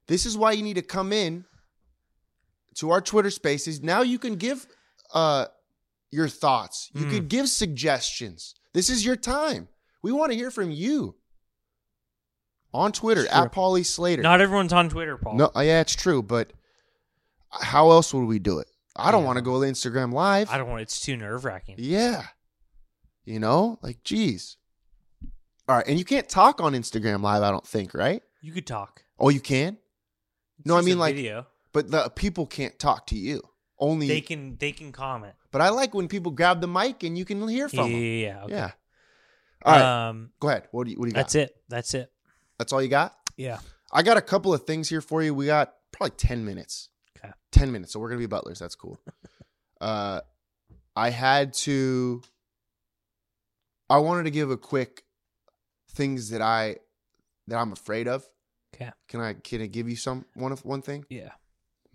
Speaker 2: This is why you need to come in to our Twitter Spaces. Now you can give uh, your thoughts. You
Speaker 3: Mm.
Speaker 2: could give suggestions. This is your time. We want to hear from you on Twitter
Speaker 3: It's
Speaker 2: at
Speaker 3: true.
Speaker 2: Pauly Slater.
Speaker 3: not everyone's on twitter paul
Speaker 2: no, yeah, it's true, but uh, how else would we do it? I don't
Speaker 3: Yeah.
Speaker 2: want to go to Instagram Live.
Speaker 3: i don't want it's too nerve-wracking
Speaker 2: Yeah. You know, like, geez. All right. And you can't talk on Instagram Live, I don't think, right?
Speaker 3: you could talk
Speaker 2: Oh, you can? No, I
Speaker 3: It's just
Speaker 2: mean,
Speaker 3: a
Speaker 2: like-
Speaker 3: video
Speaker 2: But the people can't talk to you. Only.
Speaker 3: they can they can comment
Speaker 2: but I like when people grab the mic and you can hear
Speaker 3: Yeah,
Speaker 2: from them.
Speaker 3: yeah, yeah. okay.
Speaker 2: Yeah. All right.
Speaker 3: Um,
Speaker 2: go ahead. What do you, what do you got?
Speaker 3: that's it. That's it.
Speaker 2: That's all you got?
Speaker 3: Yeah.
Speaker 2: I got a couple of things here for you. We got probably 10 minutes.
Speaker 3: Okay.
Speaker 2: 10 minutes. So we're going to be butlers. That's cool. uh, I had to, I wanted to give a quick things that I, that I'm afraid of.
Speaker 3: Okay.
Speaker 2: Can I, can I give you some, one of one thing?
Speaker 3: Yeah.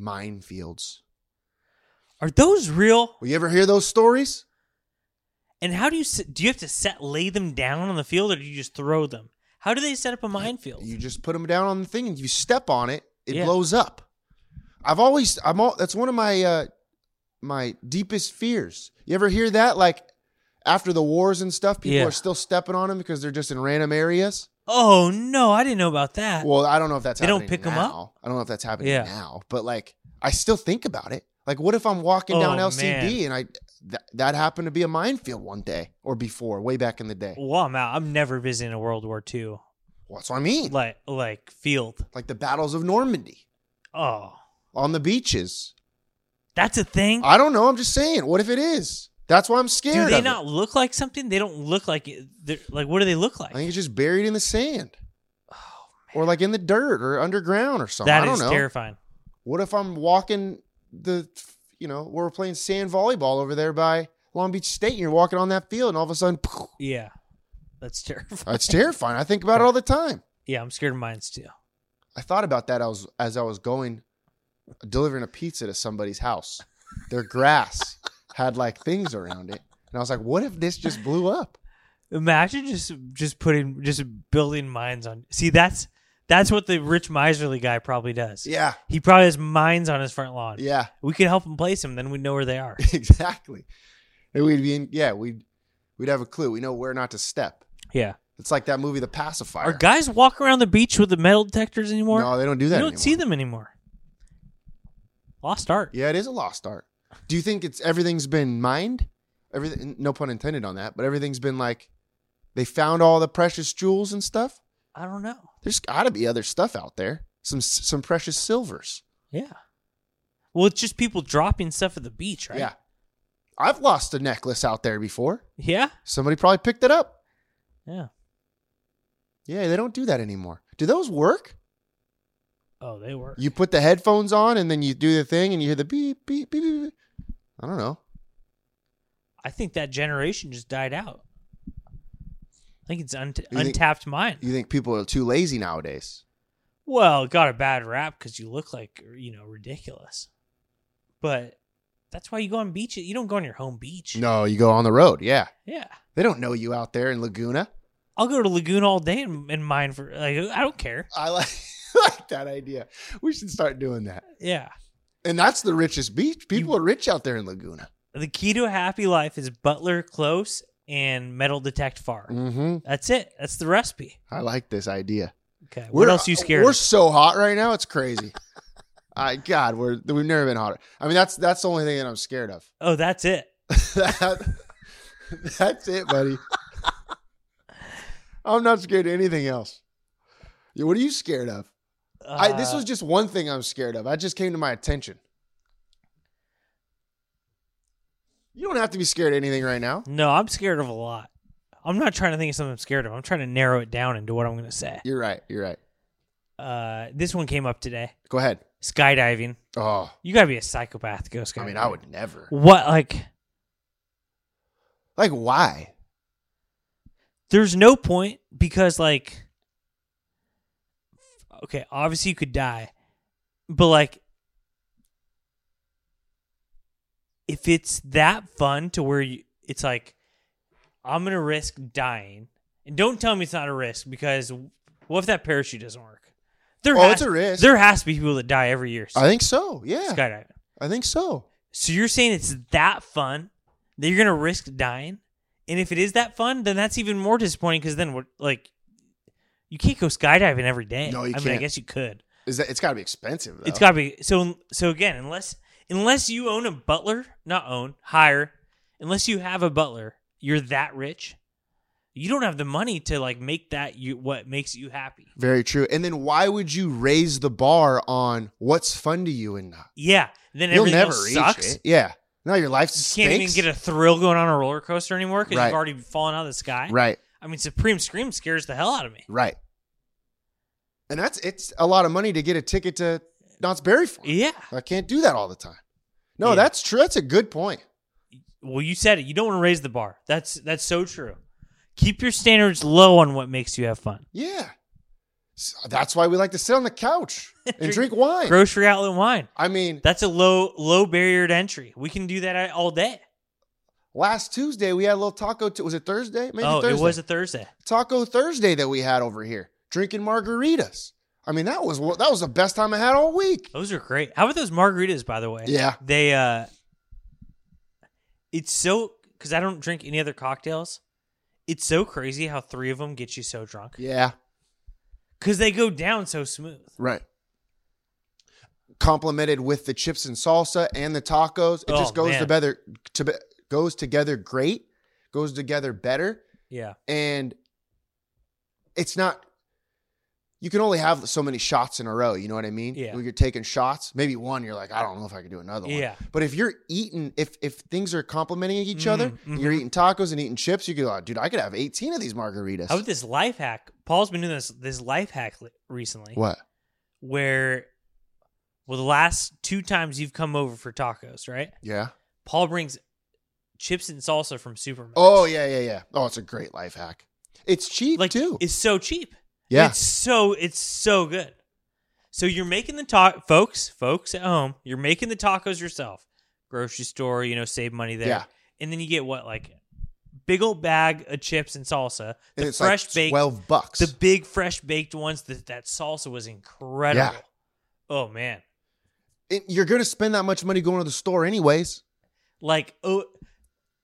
Speaker 2: Minefields.
Speaker 3: Are those real?
Speaker 2: Well, you ever hear those stories?
Speaker 3: And how do you s- do? You have to set lay them down on the field, or do you just throw them? How do they set up a minefield?
Speaker 2: You just put them down on the thing and you step on it, it
Speaker 3: Yeah.
Speaker 2: blows up. I've always I'm all that's one of my uh my deepest fears. You ever hear that like after the wars and stuff people
Speaker 3: Yeah.
Speaker 2: are still stepping on them because they're just in random areas?
Speaker 3: oh no, I didn't know about that.
Speaker 2: Well, I don't know if that's
Speaker 3: They don't
Speaker 2: happening
Speaker 3: pick 'em
Speaker 2: now.
Speaker 3: up?
Speaker 2: I don't know if that's happening
Speaker 3: Yeah.
Speaker 2: now, but like I still think about it. Like what if I'm walking
Speaker 3: Oh,
Speaker 2: down LCD
Speaker 3: man.
Speaker 2: and I that that happened to be a minefield one day or before way back in the day.
Speaker 3: Well, I'm out. I'm never visiting a World War II
Speaker 2: Well, that's what I mean.
Speaker 3: like like field.
Speaker 2: Like the battles of Normandy
Speaker 3: Oh,
Speaker 2: on the beaches.
Speaker 3: that's a thing.
Speaker 2: I don't know. I'm just saying. What if it is? That's why I'm
Speaker 3: do
Speaker 2: scared.
Speaker 3: they
Speaker 2: of it.
Speaker 3: not look like something? They don't look like it. They're, like what do they look
Speaker 2: I
Speaker 3: like? Oh,
Speaker 2: think it's just buried in the sand, or like in the dirt, or underground, or something. I
Speaker 3: That
Speaker 2: don't
Speaker 3: is
Speaker 2: know.
Speaker 3: terrifying.
Speaker 2: What if I'm walking the, you know, we're playing sand volleyball over there by Long Beach State, and you're walking on that field, and all of a sudden, poof,
Speaker 3: Yeah, that's terrifying. (laughs)
Speaker 2: that's terrifying. I think about it all the time.
Speaker 3: Yeah, I'm scared of mines too.
Speaker 2: I thought about that. I was as I was going delivering a pizza to somebody's house. Their grass had like things around it. And I was like, what if this just blew
Speaker 3: (laughs)
Speaker 2: up?
Speaker 3: Imagine just just putting just building mines on. See, that's that's what the rich miserly guy probably does.
Speaker 2: Yeah.
Speaker 3: He probably has mines on his front lawn.
Speaker 2: Yeah.
Speaker 3: We could help him place them, then we know where
Speaker 2: (laughs)
Speaker 3: they are.
Speaker 2: Exactly. And we'd be in, yeah, we'd we'd have a clue. We know where not to step.
Speaker 3: Yeah.
Speaker 2: It's like that movie The Pacifier.
Speaker 3: Are guys walk around the beach with the metal detectors anymore?
Speaker 2: no, they don't do
Speaker 3: you
Speaker 2: that
Speaker 3: don't
Speaker 2: anymore.
Speaker 3: see them anymore. Lost art.
Speaker 2: Yeah, it is a lost art. Do you think it's everything's been mined? Everything no pun intended on that, but everything's been like they found all the precious jewels and stuff?
Speaker 3: I don't know.
Speaker 2: There's got to be other stuff out there. Some some precious silvers.
Speaker 3: Yeah. Well, it's just people dropping stuff at the beach, right?
Speaker 2: Yeah. I've lost a necklace out there before.
Speaker 3: Yeah.
Speaker 2: Somebody probably picked it up.
Speaker 3: Yeah.
Speaker 2: Yeah, they don't do that anymore. Do those work?
Speaker 3: Oh, they were.
Speaker 2: You put the headphones on and then you do the thing and you hear the beep beep beep beep. beep. I don't know.
Speaker 3: I think that generation just died out. I think it's unt-
Speaker 2: You think-
Speaker 3: untapped mind.
Speaker 2: You think people are too lazy nowadays?
Speaker 3: Well, it got a bad rap because you look like you know ridiculous, but that's why you go on beach. You don't go on your home beach.
Speaker 2: No, you go on the road. Yeah,
Speaker 3: Yeah,
Speaker 2: they don't know you out there in Laguna.
Speaker 3: I'll go to Lagoon all day and, and mine for like I don't care.
Speaker 2: (laughs) I like like that idea. We should start doing that.
Speaker 3: Yeah,
Speaker 2: And that's the richest beach. People are rich out there in Laguna.
Speaker 3: the key to a happy life is Butler close and metal detect far.
Speaker 2: Mm-hmm.
Speaker 3: That's it. That's the recipe.
Speaker 2: I like this idea.
Speaker 3: Okay. what
Speaker 2: We're- uh,
Speaker 3: else you scared?
Speaker 2: We're
Speaker 3: of?
Speaker 2: so hot right now. It's crazy. (laughs) I God, we're we've never been hotter. I mean, that's that's the only thing that I'm scared of.
Speaker 3: Oh, that's it.
Speaker 2: That- that's it, buddy. I'm not scared of anything else. Yeah, What are you scared of? I, this
Speaker 3: Uh,
Speaker 2: was just one thing I'm scared of. That just came to my attention. You don't have to be scared of anything right now.
Speaker 3: no. I'm scared of a lot. I'm not trying to think of something I'm scared of. I'm trying to narrow it down into what I'm going to say.
Speaker 2: You're right. You're right.
Speaker 3: Uh, this one came up today.
Speaker 2: Go ahead.
Speaker 3: Skydiving.
Speaker 2: Oh,
Speaker 3: You gotta be a psychopath to go skydiving.
Speaker 2: I mean, I would never.
Speaker 3: What like?
Speaker 2: Like, why?
Speaker 3: There's no point because like, okay, obviously you could die, but like, if it's that fun to where you, it's like, I'm gonna risk dying, and don't tell me it's not a risk because what if that parachute doesn't work? There
Speaker 2: Oh,
Speaker 3: has,
Speaker 2: it's a risk.
Speaker 3: There has to be people that die every year
Speaker 2: I think so. Yeah,
Speaker 3: skydiving.
Speaker 2: I think so.
Speaker 3: So you're saying it's that fun that you're gonna risk dying? And if it is that fun, then that's even more disappointing because then what? Like, you can't go skydiving every day.
Speaker 2: No, you
Speaker 3: I mean, I
Speaker 2: can't.
Speaker 3: guess you could.
Speaker 2: Is that? It's got to be expensive. Though.
Speaker 3: It's gotta be so. So again, unless unless you own a butler, not own, hire, unless you have a butler, you're that rich. You don't have the money to like make that you what makes you happy.
Speaker 2: very true. And then why would you raise the bar on what's fun to you and not?
Speaker 3: Yeah. Then
Speaker 2: You'll
Speaker 3: everything
Speaker 2: never
Speaker 3: else
Speaker 2: reach
Speaker 3: sucks.
Speaker 2: it. Yeah. No, your life
Speaker 3: You
Speaker 2: stinks.
Speaker 3: can't even get a thrill going on a roller coaster anymore because
Speaker 2: Right.
Speaker 3: you've already fallen out of the sky.
Speaker 2: right,
Speaker 3: I mean, Supreme Scream scares the hell out of me.
Speaker 2: right. And that's it's a lot of money to get a ticket to Knott's Berry Farm.
Speaker 3: Yeah.
Speaker 2: I can't do that all the time. No,
Speaker 3: Yeah.
Speaker 2: that's true. That's a good point.
Speaker 3: Well, you said it. You don't want to raise the bar. That's that's so true. Keep your standards low on what makes you have fun.
Speaker 2: Yeah, So that's why we like to sit on the
Speaker 3: (laughs)
Speaker 2: couch and drink wine.
Speaker 3: Grocery outlet wine.
Speaker 2: I mean,
Speaker 3: That's a low low barrier to entry. We can do that all day.
Speaker 2: last Tuesday we had a little taco. Tu- was it Thursday? Maybe
Speaker 3: oh,
Speaker 2: Thursday.
Speaker 3: it was a Thursday.
Speaker 2: Taco Thursday that we had over here, drinking margaritas. I mean, that was wha- that was the best time I had all week.
Speaker 3: Those are great. How about those margaritas, by the way?
Speaker 2: Yeah.
Speaker 3: They uh it's so because I don't drink any other cocktails. It's so crazy how three of them get you so drunk
Speaker 2: Yeah,
Speaker 3: because they go down so smooth.
Speaker 2: right. Complemented with the chips and salsa and the tacos, it
Speaker 3: Oh,
Speaker 2: just goes
Speaker 3: man.
Speaker 2: together. To be- goes together great. Goes together better.
Speaker 3: Yeah,
Speaker 2: and it's not you can only have so many shots in a row you know what i mean
Speaker 3: Yeah.
Speaker 2: when you're taking shots maybe one you're like i don't know if i could do another
Speaker 3: Yeah.
Speaker 2: one but if you're eating if if things are complementing each other
Speaker 3: Mhm,
Speaker 2: and you're eating tacos and eating chips you go oh, dude i could have 18 of these margaritas
Speaker 3: How about this life hack? Paul's been doing this this life hack li- recently,
Speaker 2: what
Speaker 3: where well, the last two times you've come over for tacos, right?
Speaker 2: yeah
Speaker 3: Paul brings chips and salsa from Superman.
Speaker 2: oh yeah yeah yeah oh it's a great life hack it's cheap
Speaker 3: like
Speaker 2: too
Speaker 3: it's so cheap.
Speaker 2: yeah
Speaker 3: it's so it's so good. So you're making the ta folks, folks at home. You're making the tacos yourself. grocery store, you know, save money there.
Speaker 2: Yeah.
Speaker 3: And then you get what, like big old bag of chips and salsa. The
Speaker 2: And it's
Speaker 3: fresh
Speaker 2: like
Speaker 3: baked
Speaker 2: twelve bucks.
Speaker 3: the big fresh baked ones, that that salsa was incredible. Oh man.
Speaker 2: And you're gonna spend that much money going to the store anyways.
Speaker 3: Like oh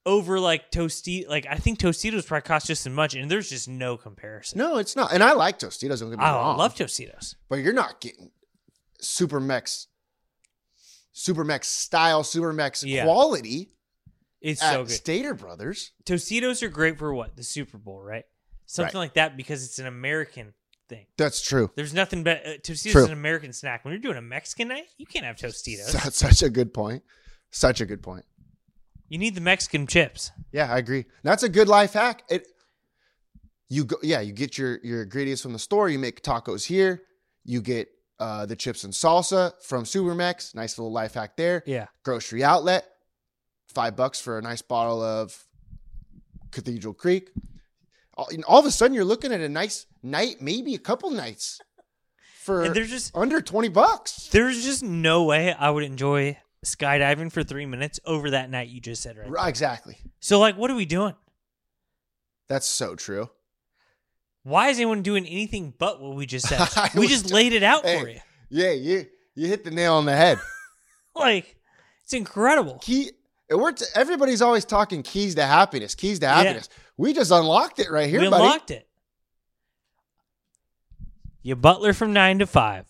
Speaker 3: over like tosti like I think Tostitos probably cost just as much and there's just no comparison.
Speaker 2: No, it's not. And I like Tostitos. Don't get me
Speaker 3: Oh, I
Speaker 2: wrong.
Speaker 3: love Tostitos.
Speaker 2: but you're not getting Super Mex, Super Mex style, Super Mex
Speaker 3: Yeah.
Speaker 2: quality
Speaker 3: It's
Speaker 2: at
Speaker 3: so good.
Speaker 2: Stater Brothers.
Speaker 3: Tostitos are great for what? The Super Bowl, right? Something
Speaker 2: Right.
Speaker 3: like that because it's an American thing.
Speaker 2: That's true.
Speaker 3: There's nothing but uh, Tostitos
Speaker 2: True.
Speaker 3: is an American snack. When you're doing a Mexican night, you can't have
Speaker 2: (laughs)
Speaker 3: Tostitos.
Speaker 2: That's such a good point. Such a good point.
Speaker 3: You need the Mexican chips.
Speaker 2: Yeah, I agree. That's a good life hack. It you go yeah, you get your your ingredients from the store, you make tacos here, you get uh, the chips and salsa from Supermex, nice little life hack there.
Speaker 3: Yeah.
Speaker 2: Grocery outlet, five bucks for a nice bottle of Cathedral Creek. All, and all of a sudden, you're looking at a nice night, maybe a couple nights for
Speaker 3: And there's just
Speaker 2: under twenty bucks.
Speaker 3: there's just no way I would enjoy skydiving for 3 minutes over that night you just said right.
Speaker 2: Right, exactly.
Speaker 3: So like what are we doing?
Speaker 2: That's so true.
Speaker 3: Why is anyone doing anything but what we just said?
Speaker 2: (laughs) I
Speaker 3: we
Speaker 2: was
Speaker 3: just
Speaker 2: ju-
Speaker 3: laid it out for you.
Speaker 2: Hey, yeah, you you hit the nail on the head.
Speaker 3: Like it's incredible.
Speaker 2: key. and We're t- everybody's always talking keys to happiness, keys to happiness. We just unlocked it right here,
Speaker 3: we
Speaker 2: buddy.
Speaker 3: unlocked it. You butler from nine to five.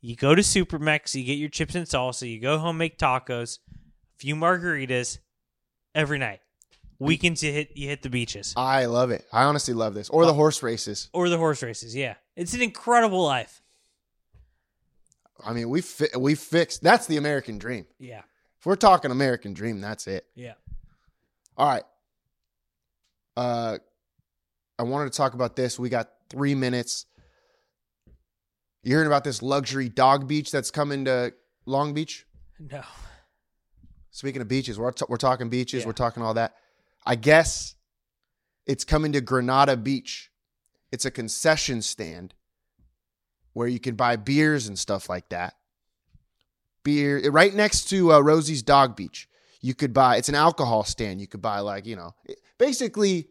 Speaker 3: You go to Supermex. You get your chips and salsa. You go home, make tacos, a few margaritas every night. Weekends you hit you hit the beaches
Speaker 2: I love it. I honestly love this.
Speaker 3: Oh.
Speaker 2: Or the horse races.
Speaker 3: or the horse races. Yeah, it's an incredible life.
Speaker 2: I mean, we fi- we fixed. That's the American dream.
Speaker 3: Yeah,
Speaker 2: If we're talking American dream, that's it.
Speaker 3: yeah. (laughs)
Speaker 2: All right. Uh, I wanted to talk about this. We got three minutes. You hearing about this luxury dog beach that's coming to Long Beach?
Speaker 3: No,
Speaker 2: Speaking of beaches, we're, t- we're talking beaches,
Speaker 3: Yeah.
Speaker 2: we're talking all that. I guess it's coming to Granada Beach. It's a concession stand where you can buy beers and stuff like that. Beer right next to uh, Rosie's Dog Beach. You could buy. It's an alcohol stand. You could buy like you know, it- basically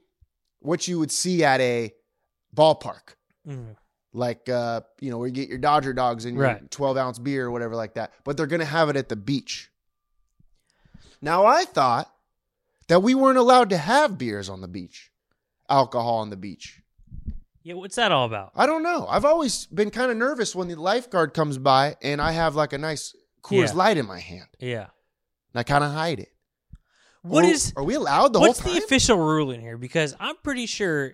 Speaker 2: what you would see at a ballpark,
Speaker 3: Mhm.
Speaker 2: like uh, you know where you get your Dodger dogs and your
Speaker 3: Right.
Speaker 2: twelve ounce beer or whatever like that. But they're gonna have it at the beach. Now, I thought that we weren't allowed to have beers on the beach, alcohol on the beach.
Speaker 3: yeah. What's that all about?
Speaker 2: I don't know. I've always been kind of nervous when the lifeguard comes by and I have like a nice Coors
Speaker 3: Yeah.
Speaker 2: Light in my hand
Speaker 3: Yeah.
Speaker 2: and I kind of hide it.
Speaker 3: What
Speaker 2: Are-
Speaker 3: is
Speaker 2: Are we allowed the
Speaker 3: what's
Speaker 2: whole
Speaker 3: the
Speaker 2: time?
Speaker 3: official rule in here? Because I'm pretty sure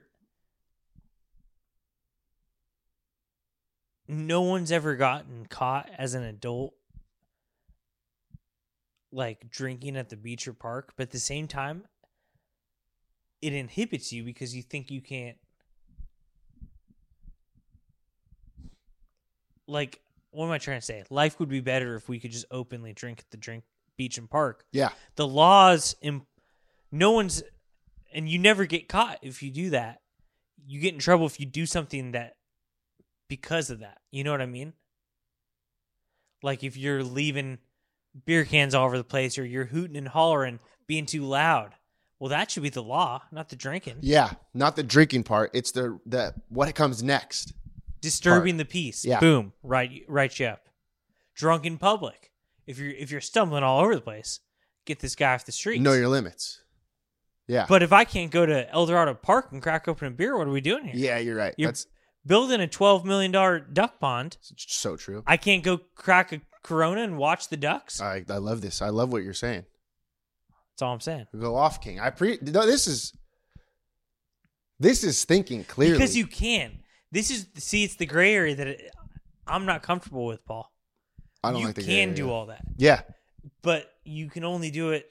Speaker 3: no one's ever gotten caught as an adult like drinking at the beach or park, but at the same time, it inhibits you because you think you can't. Like, what am I trying to say? Life would be better if we could just openly drink at the drink beach and park
Speaker 2: yeah.
Speaker 3: the laws im- no one's and you never get caught if you do that you get in trouble if you do something that because of that you know what i mean like if you're leaving beer cans all over the place or you're hooting and hollering being too loud well that should be the law not the drinking
Speaker 2: Yeah. Not the drinking part. It's the, the what comes next.
Speaker 3: disturbing the peace
Speaker 2: Yeah.
Speaker 3: boom right right you up drunk in public if you're if you're stumbling all over the place get this guy off the street
Speaker 2: Know your limits. Yeah.
Speaker 3: But if I can't go to El Dorado Park and crack open a beer, what are we doing here?
Speaker 2: yeah, you're right.
Speaker 3: You're
Speaker 2: That's
Speaker 3: building a twelve million dollar duck pond.
Speaker 2: so true.
Speaker 3: I can't go crack a Corona and watch the ducks.
Speaker 2: I, I love this. I love what you're saying.
Speaker 3: That's all I'm saying.
Speaker 2: Go off, King. I pre. No, this is this is thinking clearly.
Speaker 3: Because you can. This is see, it's the gray area that it, I'm not comfortable with, Paul.
Speaker 2: I don't
Speaker 3: you
Speaker 2: like the
Speaker 3: can
Speaker 2: gray area.
Speaker 3: do all that,
Speaker 2: Yeah,
Speaker 3: but you can only do it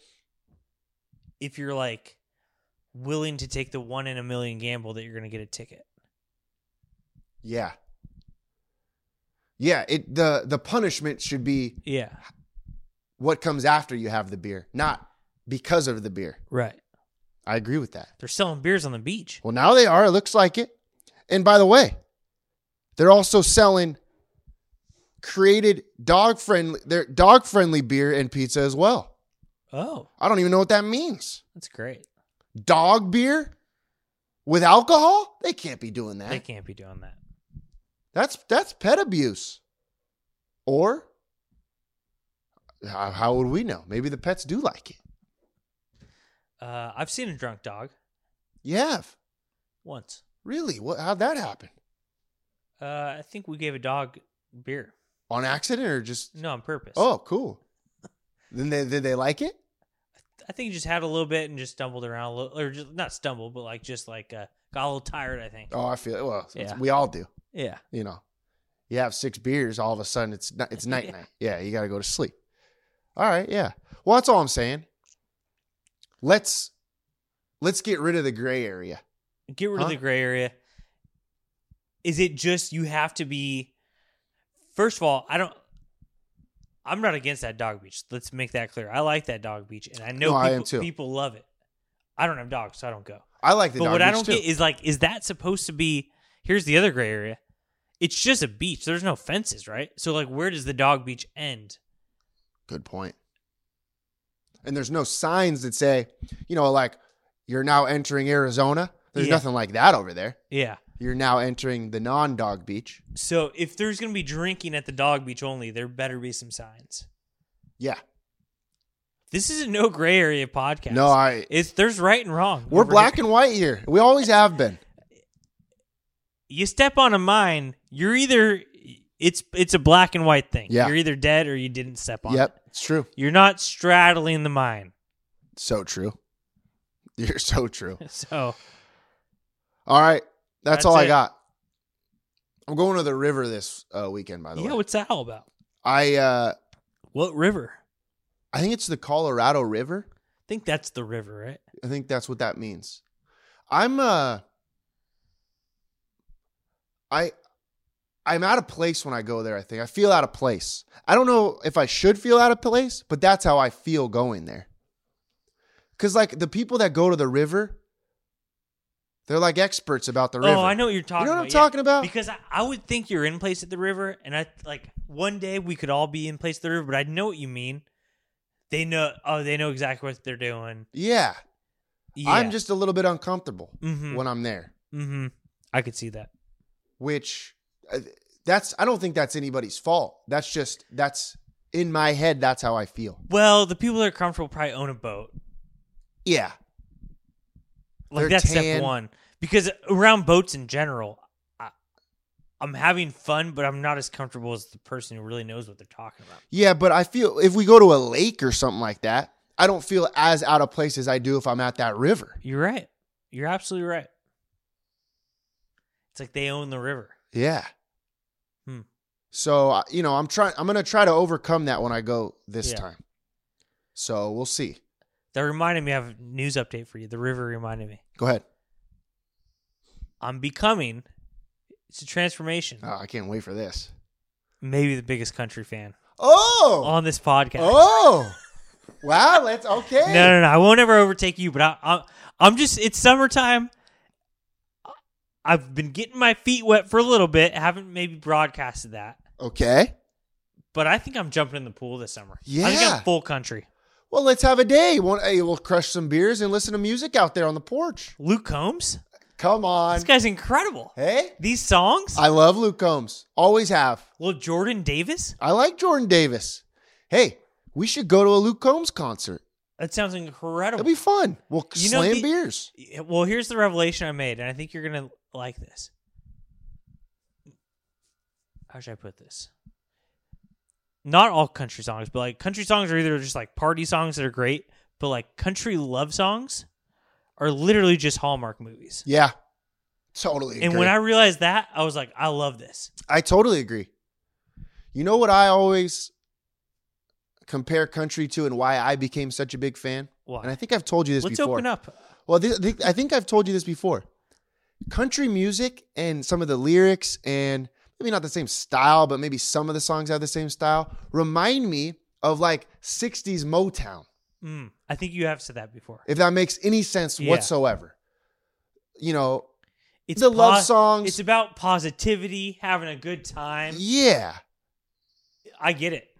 Speaker 3: if you're like willing to take the one in a million gamble that you're going to get a ticket.
Speaker 2: yeah, yeah. It the the punishment should be
Speaker 3: Yeah,
Speaker 2: what comes after you have the beer, not because of the beer.
Speaker 3: right.
Speaker 2: I agree with that.
Speaker 3: They're selling beers on the beach.
Speaker 2: Well, now they are. It looks like it. And by the way, they're also selling created dog friendly their dog friendly beer and pizza as well.
Speaker 3: Oh,
Speaker 2: I don't even know what that means.
Speaker 3: that's great.
Speaker 2: Dog beer with alcohol? They can't be doing
Speaker 3: They
Speaker 2: that.
Speaker 3: can't be doing that.
Speaker 2: That's that's pet abuse. Or how, how would we know? Maybe the pets do like it.
Speaker 3: Uh, I've seen a drunk dog
Speaker 2: Yeah.
Speaker 3: once.
Speaker 2: Really? What how'd that happen?
Speaker 3: Uh, I think we gave a dog beer.
Speaker 2: On accident or just
Speaker 3: No, on purpose.
Speaker 2: Oh, cool. Then they did they like it?
Speaker 3: I think he just had a little bit and just stumbled around a little, or just not stumbled, but like just like uh, got a little tired. I think.
Speaker 2: Oh, I feel it. Well, it's-
Speaker 3: Yeah.
Speaker 2: we all do.
Speaker 3: Yeah.
Speaker 2: You know, you have six beers, all of a sudden it's ni- it's night
Speaker 3: (laughs)
Speaker 2: night. Yeah, you got to go to sleep. All right, yeah. Well, that's all I'm saying. Let's let's get rid of the gray area.
Speaker 3: Get rid
Speaker 2: Huh?
Speaker 3: of the gray area. Is it just you have to be? First of all, I don't. I'm not against that dog beach. Let's make that clear. I like that dog beach, and I know
Speaker 2: No, I
Speaker 3: people,
Speaker 2: am too.
Speaker 3: people love it. I don't have dogs, so I don't go.
Speaker 2: I like the
Speaker 3: but
Speaker 2: dog
Speaker 3: what I
Speaker 2: beach,
Speaker 3: don't
Speaker 2: too.
Speaker 3: get is like, is that supposed to be? Here's the other gray area. It's just a beach. There's no fences, right? So like, where does the dog beach end?
Speaker 2: Good point. And there's no signs that say, you know, like you're now entering Arizona. There's
Speaker 3: Yeah.
Speaker 2: nothing like that over there.
Speaker 3: Yeah.
Speaker 2: You're now entering the non-dog beach.
Speaker 3: So if there's gonna be drinking at the dog beach only, there better be some signs.
Speaker 2: Yeah.
Speaker 3: This is a no gray area podcast.
Speaker 2: No, I
Speaker 3: it's there's right and wrong.
Speaker 2: we're
Speaker 3: over
Speaker 2: black
Speaker 3: here.
Speaker 2: and white here. We always have been.
Speaker 3: (laughs) You step on a mine, you're either it's it's a black and white thing.
Speaker 2: Yeah.
Speaker 3: You're either dead or you didn't step on.
Speaker 2: Yep,
Speaker 3: It.
Speaker 2: it's true.
Speaker 3: You're not straddling the mine. (laughs)
Speaker 2: So true. (laughs) You're so true.
Speaker 3: So
Speaker 2: All right. That's,
Speaker 3: That's
Speaker 2: all I
Speaker 3: it.
Speaker 2: got. I'm going to the river this uh, weekend, by the
Speaker 3: yeah,
Speaker 2: way.
Speaker 3: what's that all about?
Speaker 2: I uh,
Speaker 3: What river?
Speaker 2: I think it's the Colorado River.
Speaker 3: I think that's the river, right?
Speaker 2: I think that's what that means. I'm uh I I'm out of place when I go there, I think. I feel out of place. I don't know if I should feel out of place, but that's how I feel going there. Cuz like the people that go to the river they're like experts about the river.
Speaker 3: Oh, I know what you're talking.
Speaker 2: You know what
Speaker 3: about.
Speaker 2: I'm talking about?
Speaker 3: Because I, I would think you're in place at the river, and I like one day we could all be in place at the river. But I know what you mean. They know. Oh, they know exactly what they're doing.
Speaker 2: Yeah.
Speaker 3: Yeah.
Speaker 2: I'm just a little bit uncomfortable
Speaker 3: Mhm.
Speaker 2: when I'm there,
Speaker 3: Mm-hmm. I could see that.
Speaker 2: which uh, that's I don't think that's anybody's fault. That's just that's in my head. That's how I feel.
Speaker 3: Well, the people that are comfortable probably own a boat.
Speaker 2: Yeah,
Speaker 3: Like
Speaker 2: They're
Speaker 3: that's
Speaker 2: tan.
Speaker 3: step one. Because around boats in general, I, I'm having fun, but I'm not as comfortable as the person who really knows what they're talking about.
Speaker 2: yeah, but I feel if we go to a lake or something like that, I don't feel as out of place as I do if I'm at that river.
Speaker 3: You're right. You're absolutely right. It's like they own the river.
Speaker 2: Yeah.
Speaker 3: Hmm.
Speaker 2: So I- you know, I'm trying. I'm gonna try to overcome that when I go this
Speaker 3: Yeah.
Speaker 2: time. So we'll see.
Speaker 3: That reminded me of a news update for you. The river reminded me.
Speaker 2: Go ahead.
Speaker 3: I'm becoming it's a transformation.
Speaker 2: Oh, I can't wait for this.
Speaker 3: Maybe the biggest country fan
Speaker 2: Oh,
Speaker 3: on this podcast.
Speaker 2: oh, wow. Let's okay.
Speaker 3: No, no, no. I won't ever overtake you, but I, I, I'm just, it's summertime. I've been getting my feet wet for a little bit. Haven't maybe broadcasted that,
Speaker 2: Okay.
Speaker 3: but I think I'm jumping in the pool this summer. I think
Speaker 2: Yeah.
Speaker 3: I'm full country.
Speaker 2: Well, let's have a day. One, hey, we'll crush some beers and listen to music out there on the porch.
Speaker 3: Luke Combs?
Speaker 2: Come on.
Speaker 3: This guy's incredible.
Speaker 2: Hey,
Speaker 3: These songs?
Speaker 2: I love Luke Combs. Always have.
Speaker 3: Little Jordan Davis?
Speaker 2: I like Jordan Davis. Hey, we should go to a Luke Combs concert.
Speaker 3: That sounds incredible.
Speaker 2: It'll be fun. We'll
Speaker 3: You know,
Speaker 2: slam
Speaker 3: the-
Speaker 2: beers.
Speaker 3: Well, here's the revelation I made, and I think you're gonna like this. How should I put this? Not all country songs, but like country songs are either just like party songs that are great, but like country love songs are literally just Hallmark movies.
Speaker 2: Yeah, totally.
Speaker 3: and
Speaker 2: agree.
Speaker 3: when I realized that, I was like, I love this.
Speaker 2: I totally agree. You know what I always compare country to, and why I became such a big fan.
Speaker 3: Why?
Speaker 2: And I think I've told you this
Speaker 3: Let's
Speaker 2: before.
Speaker 3: open up.
Speaker 2: Well, this, thi- I think I've told you this before. Country music and some of the lyrics, and maybe not the same style, but maybe some of the songs have the same style, remind me of like 60s Motown,
Speaker 3: Mm, I think you have said that before.
Speaker 2: if that makes any sense
Speaker 3: Yeah.
Speaker 2: whatsoever. You know,
Speaker 3: It's
Speaker 2: the love songs-
Speaker 3: It's about positivity, having a good time.
Speaker 2: yeah.
Speaker 3: I get it.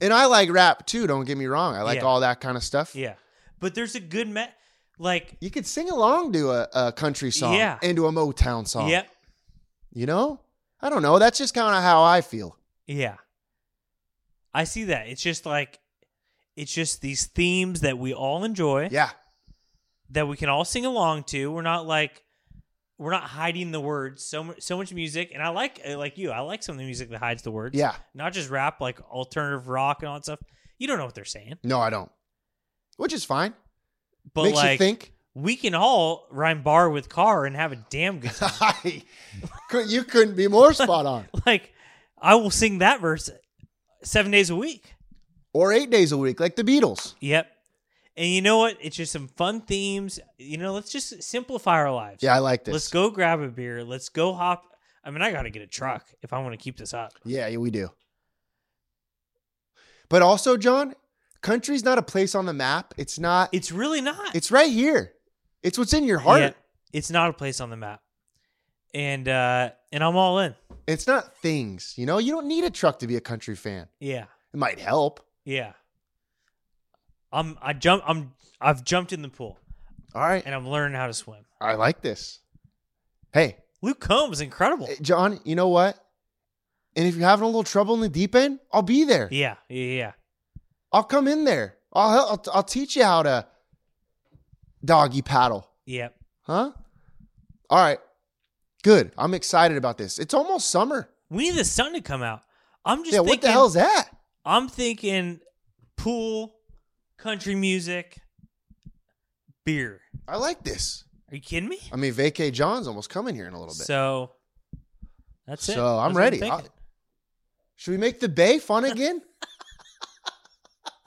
Speaker 2: And I like rap too. Don't get me wrong. I like
Speaker 3: Yeah.
Speaker 2: all that kind of stuff.
Speaker 3: Yeah. But there's a good met like
Speaker 2: You could sing along to a, a country song
Speaker 3: Yeah.
Speaker 2: and to a Motown song.
Speaker 3: Yep.
Speaker 2: You know? I don't know. That's just kind of how I feel.
Speaker 3: Yeah. I see that. It's just like it's just these themes that we all enjoy
Speaker 2: Yeah.
Speaker 3: that we can all sing along to. We're not like we're not hiding the words. So much, so much music, and I like uh, like you. I like some of the music that hides the words.
Speaker 2: Yeah.
Speaker 3: not just rap, like alternative rock and all that stuff. You don't know what they're saying,
Speaker 2: No, I don't. Which is fine.
Speaker 3: but
Speaker 2: Makes
Speaker 3: like
Speaker 2: you think. (laughs)
Speaker 3: we can all rhyme bar with car and have a damn good (laughs) time.
Speaker 2: Could- you couldn't be more spot on.
Speaker 3: like I will sing that verse seven days a week.
Speaker 2: Or eight days a week, like the Beatles.
Speaker 3: Yep. And you know what? It's just some fun themes. You know, let's just simplify our lives.
Speaker 2: Yeah, I like this.
Speaker 3: Let's go grab a beer. Let's go hop. I mean, I got to get a truck if I want to keep this up.
Speaker 2: Yeah, yeah, we do. But also, John, country's not a place on the map. It's not.
Speaker 3: It's really not.
Speaker 2: It's right here. It's what's in your heart.
Speaker 3: Yeah, it's not a place on the map. And uh and I'm all in.
Speaker 2: It's not things. You know, you don't need a truck to be a country fan.
Speaker 3: Yeah.
Speaker 2: It might help.
Speaker 3: Yeah. I'm I jump I'm I've jumped in the pool
Speaker 2: All right,
Speaker 3: and I'm learning how to swim.
Speaker 2: I like this. Hey,
Speaker 3: Luke Combs is incredible.
Speaker 2: eh, John, you know what? And if you're having a little trouble in the deep end, I'll be there.
Speaker 3: Yeah, yeah, yeah.
Speaker 2: I'll come in there. I'll help. I'll, I'll teach you how to doggy paddle.
Speaker 3: Yeah.
Speaker 2: Huh? All right. Good. I'm excited about this. It's almost summer.
Speaker 3: We need the sun to come out. I'm just
Speaker 2: yeah,
Speaker 3: thinking,
Speaker 2: what the hell's that?
Speaker 3: I'm thinking pool, country music, beer.
Speaker 2: I like this.
Speaker 3: Are you kidding me?
Speaker 2: I mean, Vacay John's almost coming here in a little bit.
Speaker 3: So that's it.
Speaker 2: So I'm
Speaker 3: That's what
Speaker 2: ready.
Speaker 3: thinking.
Speaker 2: I'll- Should we make the bay fun again?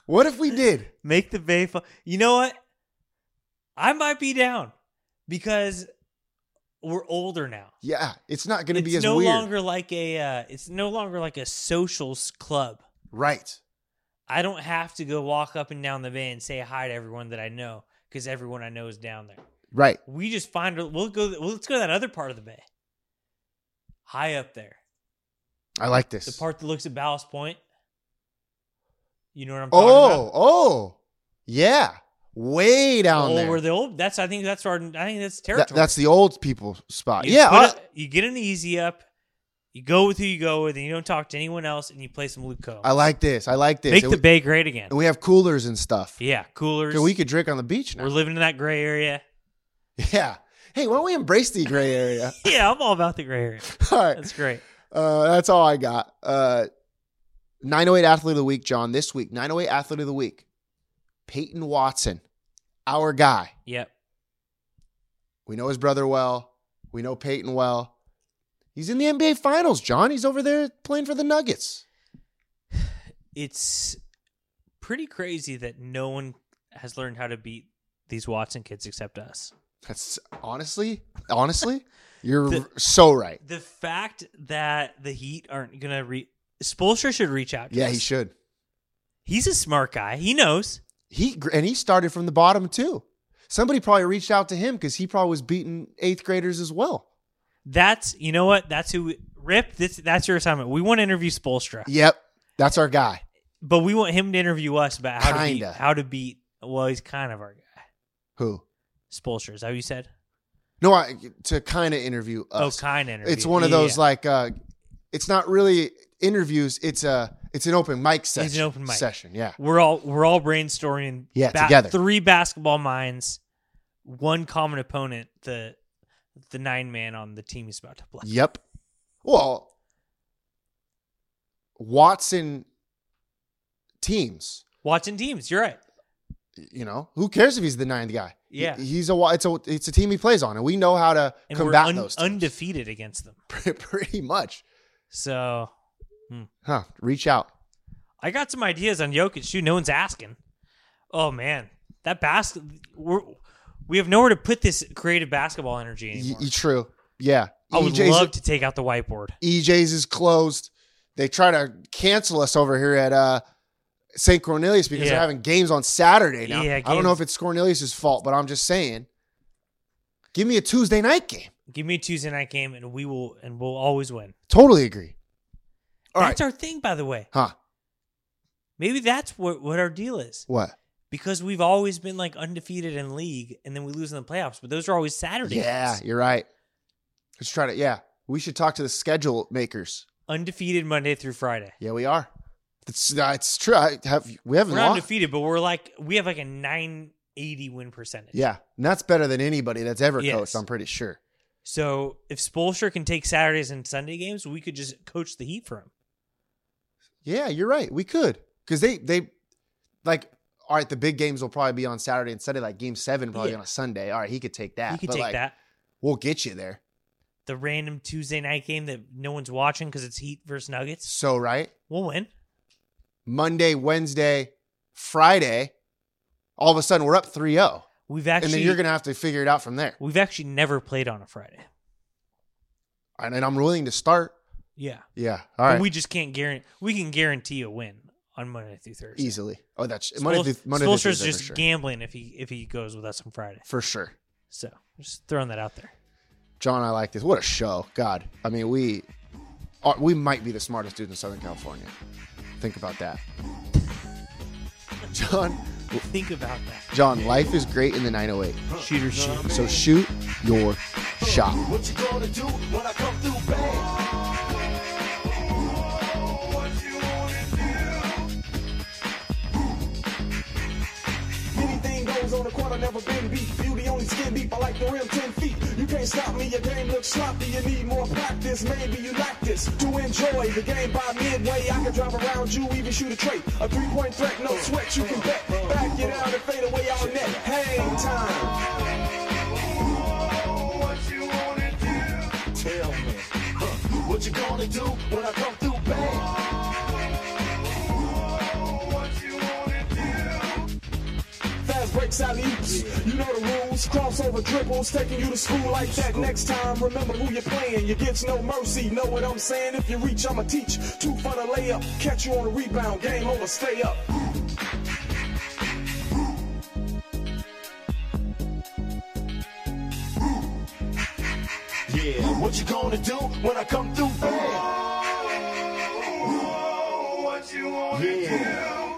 Speaker 2: what if we did?
Speaker 3: Make the bay fun. You know what? I might be down because we're older now.
Speaker 2: Yeah, it's not going to
Speaker 3: it's
Speaker 2: be as
Speaker 3: no
Speaker 2: weird.
Speaker 3: longer like a uh, it's no longer like a socials club.
Speaker 2: right.
Speaker 3: I don't have to go walk up and down the bay and say hi to everyone that I know because everyone I know is down there.
Speaker 2: Right.
Speaker 3: We just find we'll go well, let's go to that other part of the bay, high up there,
Speaker 2: I like this.
Speaker 3: the part that looks at Ballast Point. You know what I'm talking
Speaker 2: oh,
Speaker 3: about?
Speaker 2: oh. Yeah. Way down
Speaker 3: oh,
Speaker 2: there.
Speaker 3: where the old that's I think that's our I think that's
Speaker 2: That-
Speaker 3: territory.
Speaker 2: that's the old people spot.
Speaker 3: You
Speaker 2: yeah.
Speaker 3: put
Speaker 2: I-
Speaker 3: a- you get an easy up. You go with who you go with, and you don't talk to anyone else, and you play some Luke Combs.
Speaker 2: I like this. I like this.
Speaker 3: Make
Speaker 2: and,
Speaker 3: the
Speaker 2: we,
Speaker 3: bay great again.
Speaker 2: and we have coolers and stuff.
Speaker 3: Yeah, coolers.
Speaker 2: So we could drink on the beach now.
Speaker 3: We're living in that gray area.
Speaker 2: Yeah. Hey, why don't we embrace the gray area?
Speaker 3: (laughs)
Speaker 2: (laughs)
Speaker 3: Yeah, I'm all about the gray area.
Speaker 2: all right.
Speaker 3: That's great.
Speaker 2: Uh, that's all I got. Uh, 908 Athlete of the Week, John. This week, 908 Athlete of the Week, Peyton Watson, our guy.
Speaker 3: Yep.
Speaker 2: We know his brother well. We know Peyton well. He's in the NBA Finals, John. He's over there playing for the Nuggets.
Speaker 3: It's pretty crazy that no one has learned how to beat these Watson kids except us.
Speaker 2: That's honestly,
Speaker 3: (laughs)
Speaker 2: honestly, you're
Speaker 3: The-
Speaker 2: so right.
Speaker 3: The fact that the Heat aren't going to re Spolster should reach out to
Speaker 2: Yeah,
Speaker 3: us.
Speaker 2: he should.
Speaker 3: He's a smart guy. He knows.
Speaker 2: He and he started from the bottom too. Somebody probably reached out to him because he probably was beating eighth graders as well.
Speaker 3: That's you know what? That's who we, Rip, this that's your assignment. We want to interview Spolstra.
Speaker 2: Yep, that's our guy.
Speaker 3: But we want him to interview us about how to
Speaker 2: Kinda.
Speaker 3: beat, how to beat well, he's kind of our guy.
Speaker 2: Who?
Speaker 3: Spolstra, is that what you said?
Speaker 2: No, I to kind of interview us.
Speaker 3: Oh, kind of interview.
Speaker 2: It's one of
Speaker 3: Yeah, yeah,
Speaker 2: those
Speaker 3: yeah.
Speaker 2: like uh it's not really interviews, it's a it's an open mic session.
Speaker 3: an open mic.
Speaker 2: session, yeah.
Speaker 3: we're all we're all brainstorming.
Speaker 2: Yeah, together.
Speaker 3: Three basketball minds, one common opponent, the the nine man on the team he's about to play.
Speaker 2: Yep. Well, Watson teams,
Speaker 3: Watching teams, you're right.
Speaker 2: you know, who cares if he's the ninth guy?
Speaker 3: Yeah.
Speaker 2: He- he's a wa- it's a it's a team he plays on, and we know how to
Speaker 3: And we're
Speaker 2: combat
Speaker 3: un-
Speaker 2: those teams.
Speaker 3: undefeated against them.
Speaker 2: (laughs) pretty much.
Speaker 3: So
Speaker 2: Huh? Reach out.
Speaker 3: I got some ideas on Jokic too. No one's asking. Oh man, that basket. We're, we have nowhere to put this creative basketball energy
Speaker 2: Y-
Speaker 3: anymore.
Speaker 2: y- E, true. Yeah. E
Speaker 3: I would
Speaker 2: EJ's
Speaker 3: love to take out the whiteboard.
Speaker 2: EJ's E is closed. They try to cancel us over here at uh, St. Cornelius because
Speaker 3: Yeah.
Speaker 2: they're having games on Saturday now.
Speaker 3: Yeah,
Speaker 2: I don't know
Speaker 3: games.
Speaker 2: if it's Cornelius's fault, but I'm just saying. Give me a Tuesday night game.
Speaker 3: Give me a Tuesday night game, and we will, and we'll always win.
Speaker 2: Totally agree. All right,
Speaker 3: That's our thing, by the way.
Speaker 2: Huh.
Speaker 3: Maybe that's what what our deal is
Speaker 2: What?
Speaker 3: because we've always been like undefeated in league, and then we lose in the playoffs. But those are always Saturdays.
Speaker 2: Yeah, you're right. Let's try to. Yeah, we should talk to the schedule makers.
Speaker 3: undefeated Monday through Friday.
Speaker 2: Yeah, we are. It's that's true. I have we haven't
Speaker 3: We're not
Speaker 2: lost.
Speaker 3: undefeated, but we're like we have like a nine eighty win percentage.
Speaker 2: Yeah, and that's better than anybody that's ever
Speaker 3: Yes.
Speaker 2: coached. I'm pretty sure.
Speaker 3: So if Spolster can take Saturdays and Sunday games, we could just coach the Heat for him.
Speaker 2: Yeah, you're right. We could because they they like all right. The big games will probably be on Saturday and Sunday. Like game seven probably
Speaker 3: Yeah.
Speaker 2: on a Sunday. All right, he could take that.
Speaker 3: he could
Speaker 2: but,
Speaker 3: take
Speaker 2: like,
Speaker 3: that.
Speaker 2: We'll get you there.
Speaker 3: The random Tuesday night game that no one's watching because it's Heat versus Nuggets.
Speaker 2: So right,
Speaker 3: We'll win.
Speaker 2: Monday, Wednesday, Friday. All of a sudden, we're up 3-0.
Speaker 3: We've actually
Speaker 2: and then you're gonna have to figure it out from there.
Speaker 3: we've actually never played on a Friday.
Speaker 2: And, and I'm willing to start.
Speaker 3: Yeah.
Speaker 2: Yeah, all right,
Speaker 3: But we just can't guarantee we can guarantee a win on Monday through Thursday.
Speaker 2: easily. Oh, that's
Speaker 3: Spol-
Speaker 2: Monday. through- Monday through
Speaker 3: Spolster's
Speaker 2: Thursday
Speaker 3: just
Speaker 2: for sure.
Speaker 3: gambling if he if he goes with us on Friday.
Speaker 2: for sure.
Speaker 3: So just throwing that out there.
Speaker 2: John, I like this. What a show. God. I mean, we are, we might be the smartest dudes in Southern California. Think about that. John,
Speaker 3: Think about that.
Speaker 2: John, life is great in the 908.
Speaker 3: Shooter shoot.
Speaker 2: So shoot your shot.
Speaker 4: What you gonna do when I come through bang? Anything goes on the court, I never been beat. Beauty only skin deep, I like the rim 10 feet. You can't stop me, your game looks sloppy. You need more practice, maybe you like this. To enjoy the game by midway, I can drive around you, even shoot a trait. A three point threat, no sweat, you can bet. Back it out and fade away all net. Hang time. Tell me, huh, what you gonna do when I come through bang? Fast breaks out oops. You know the rules. Crossover dribbles, taking you to school like that. Next time, remember who you're playing. You get no mercy. Know what I'm saying? If you reach, I'ma teach. Two for the layup. Catch you on a rebound. Game over. Stay up. Yeah, what you gonna do when I come through? yeah.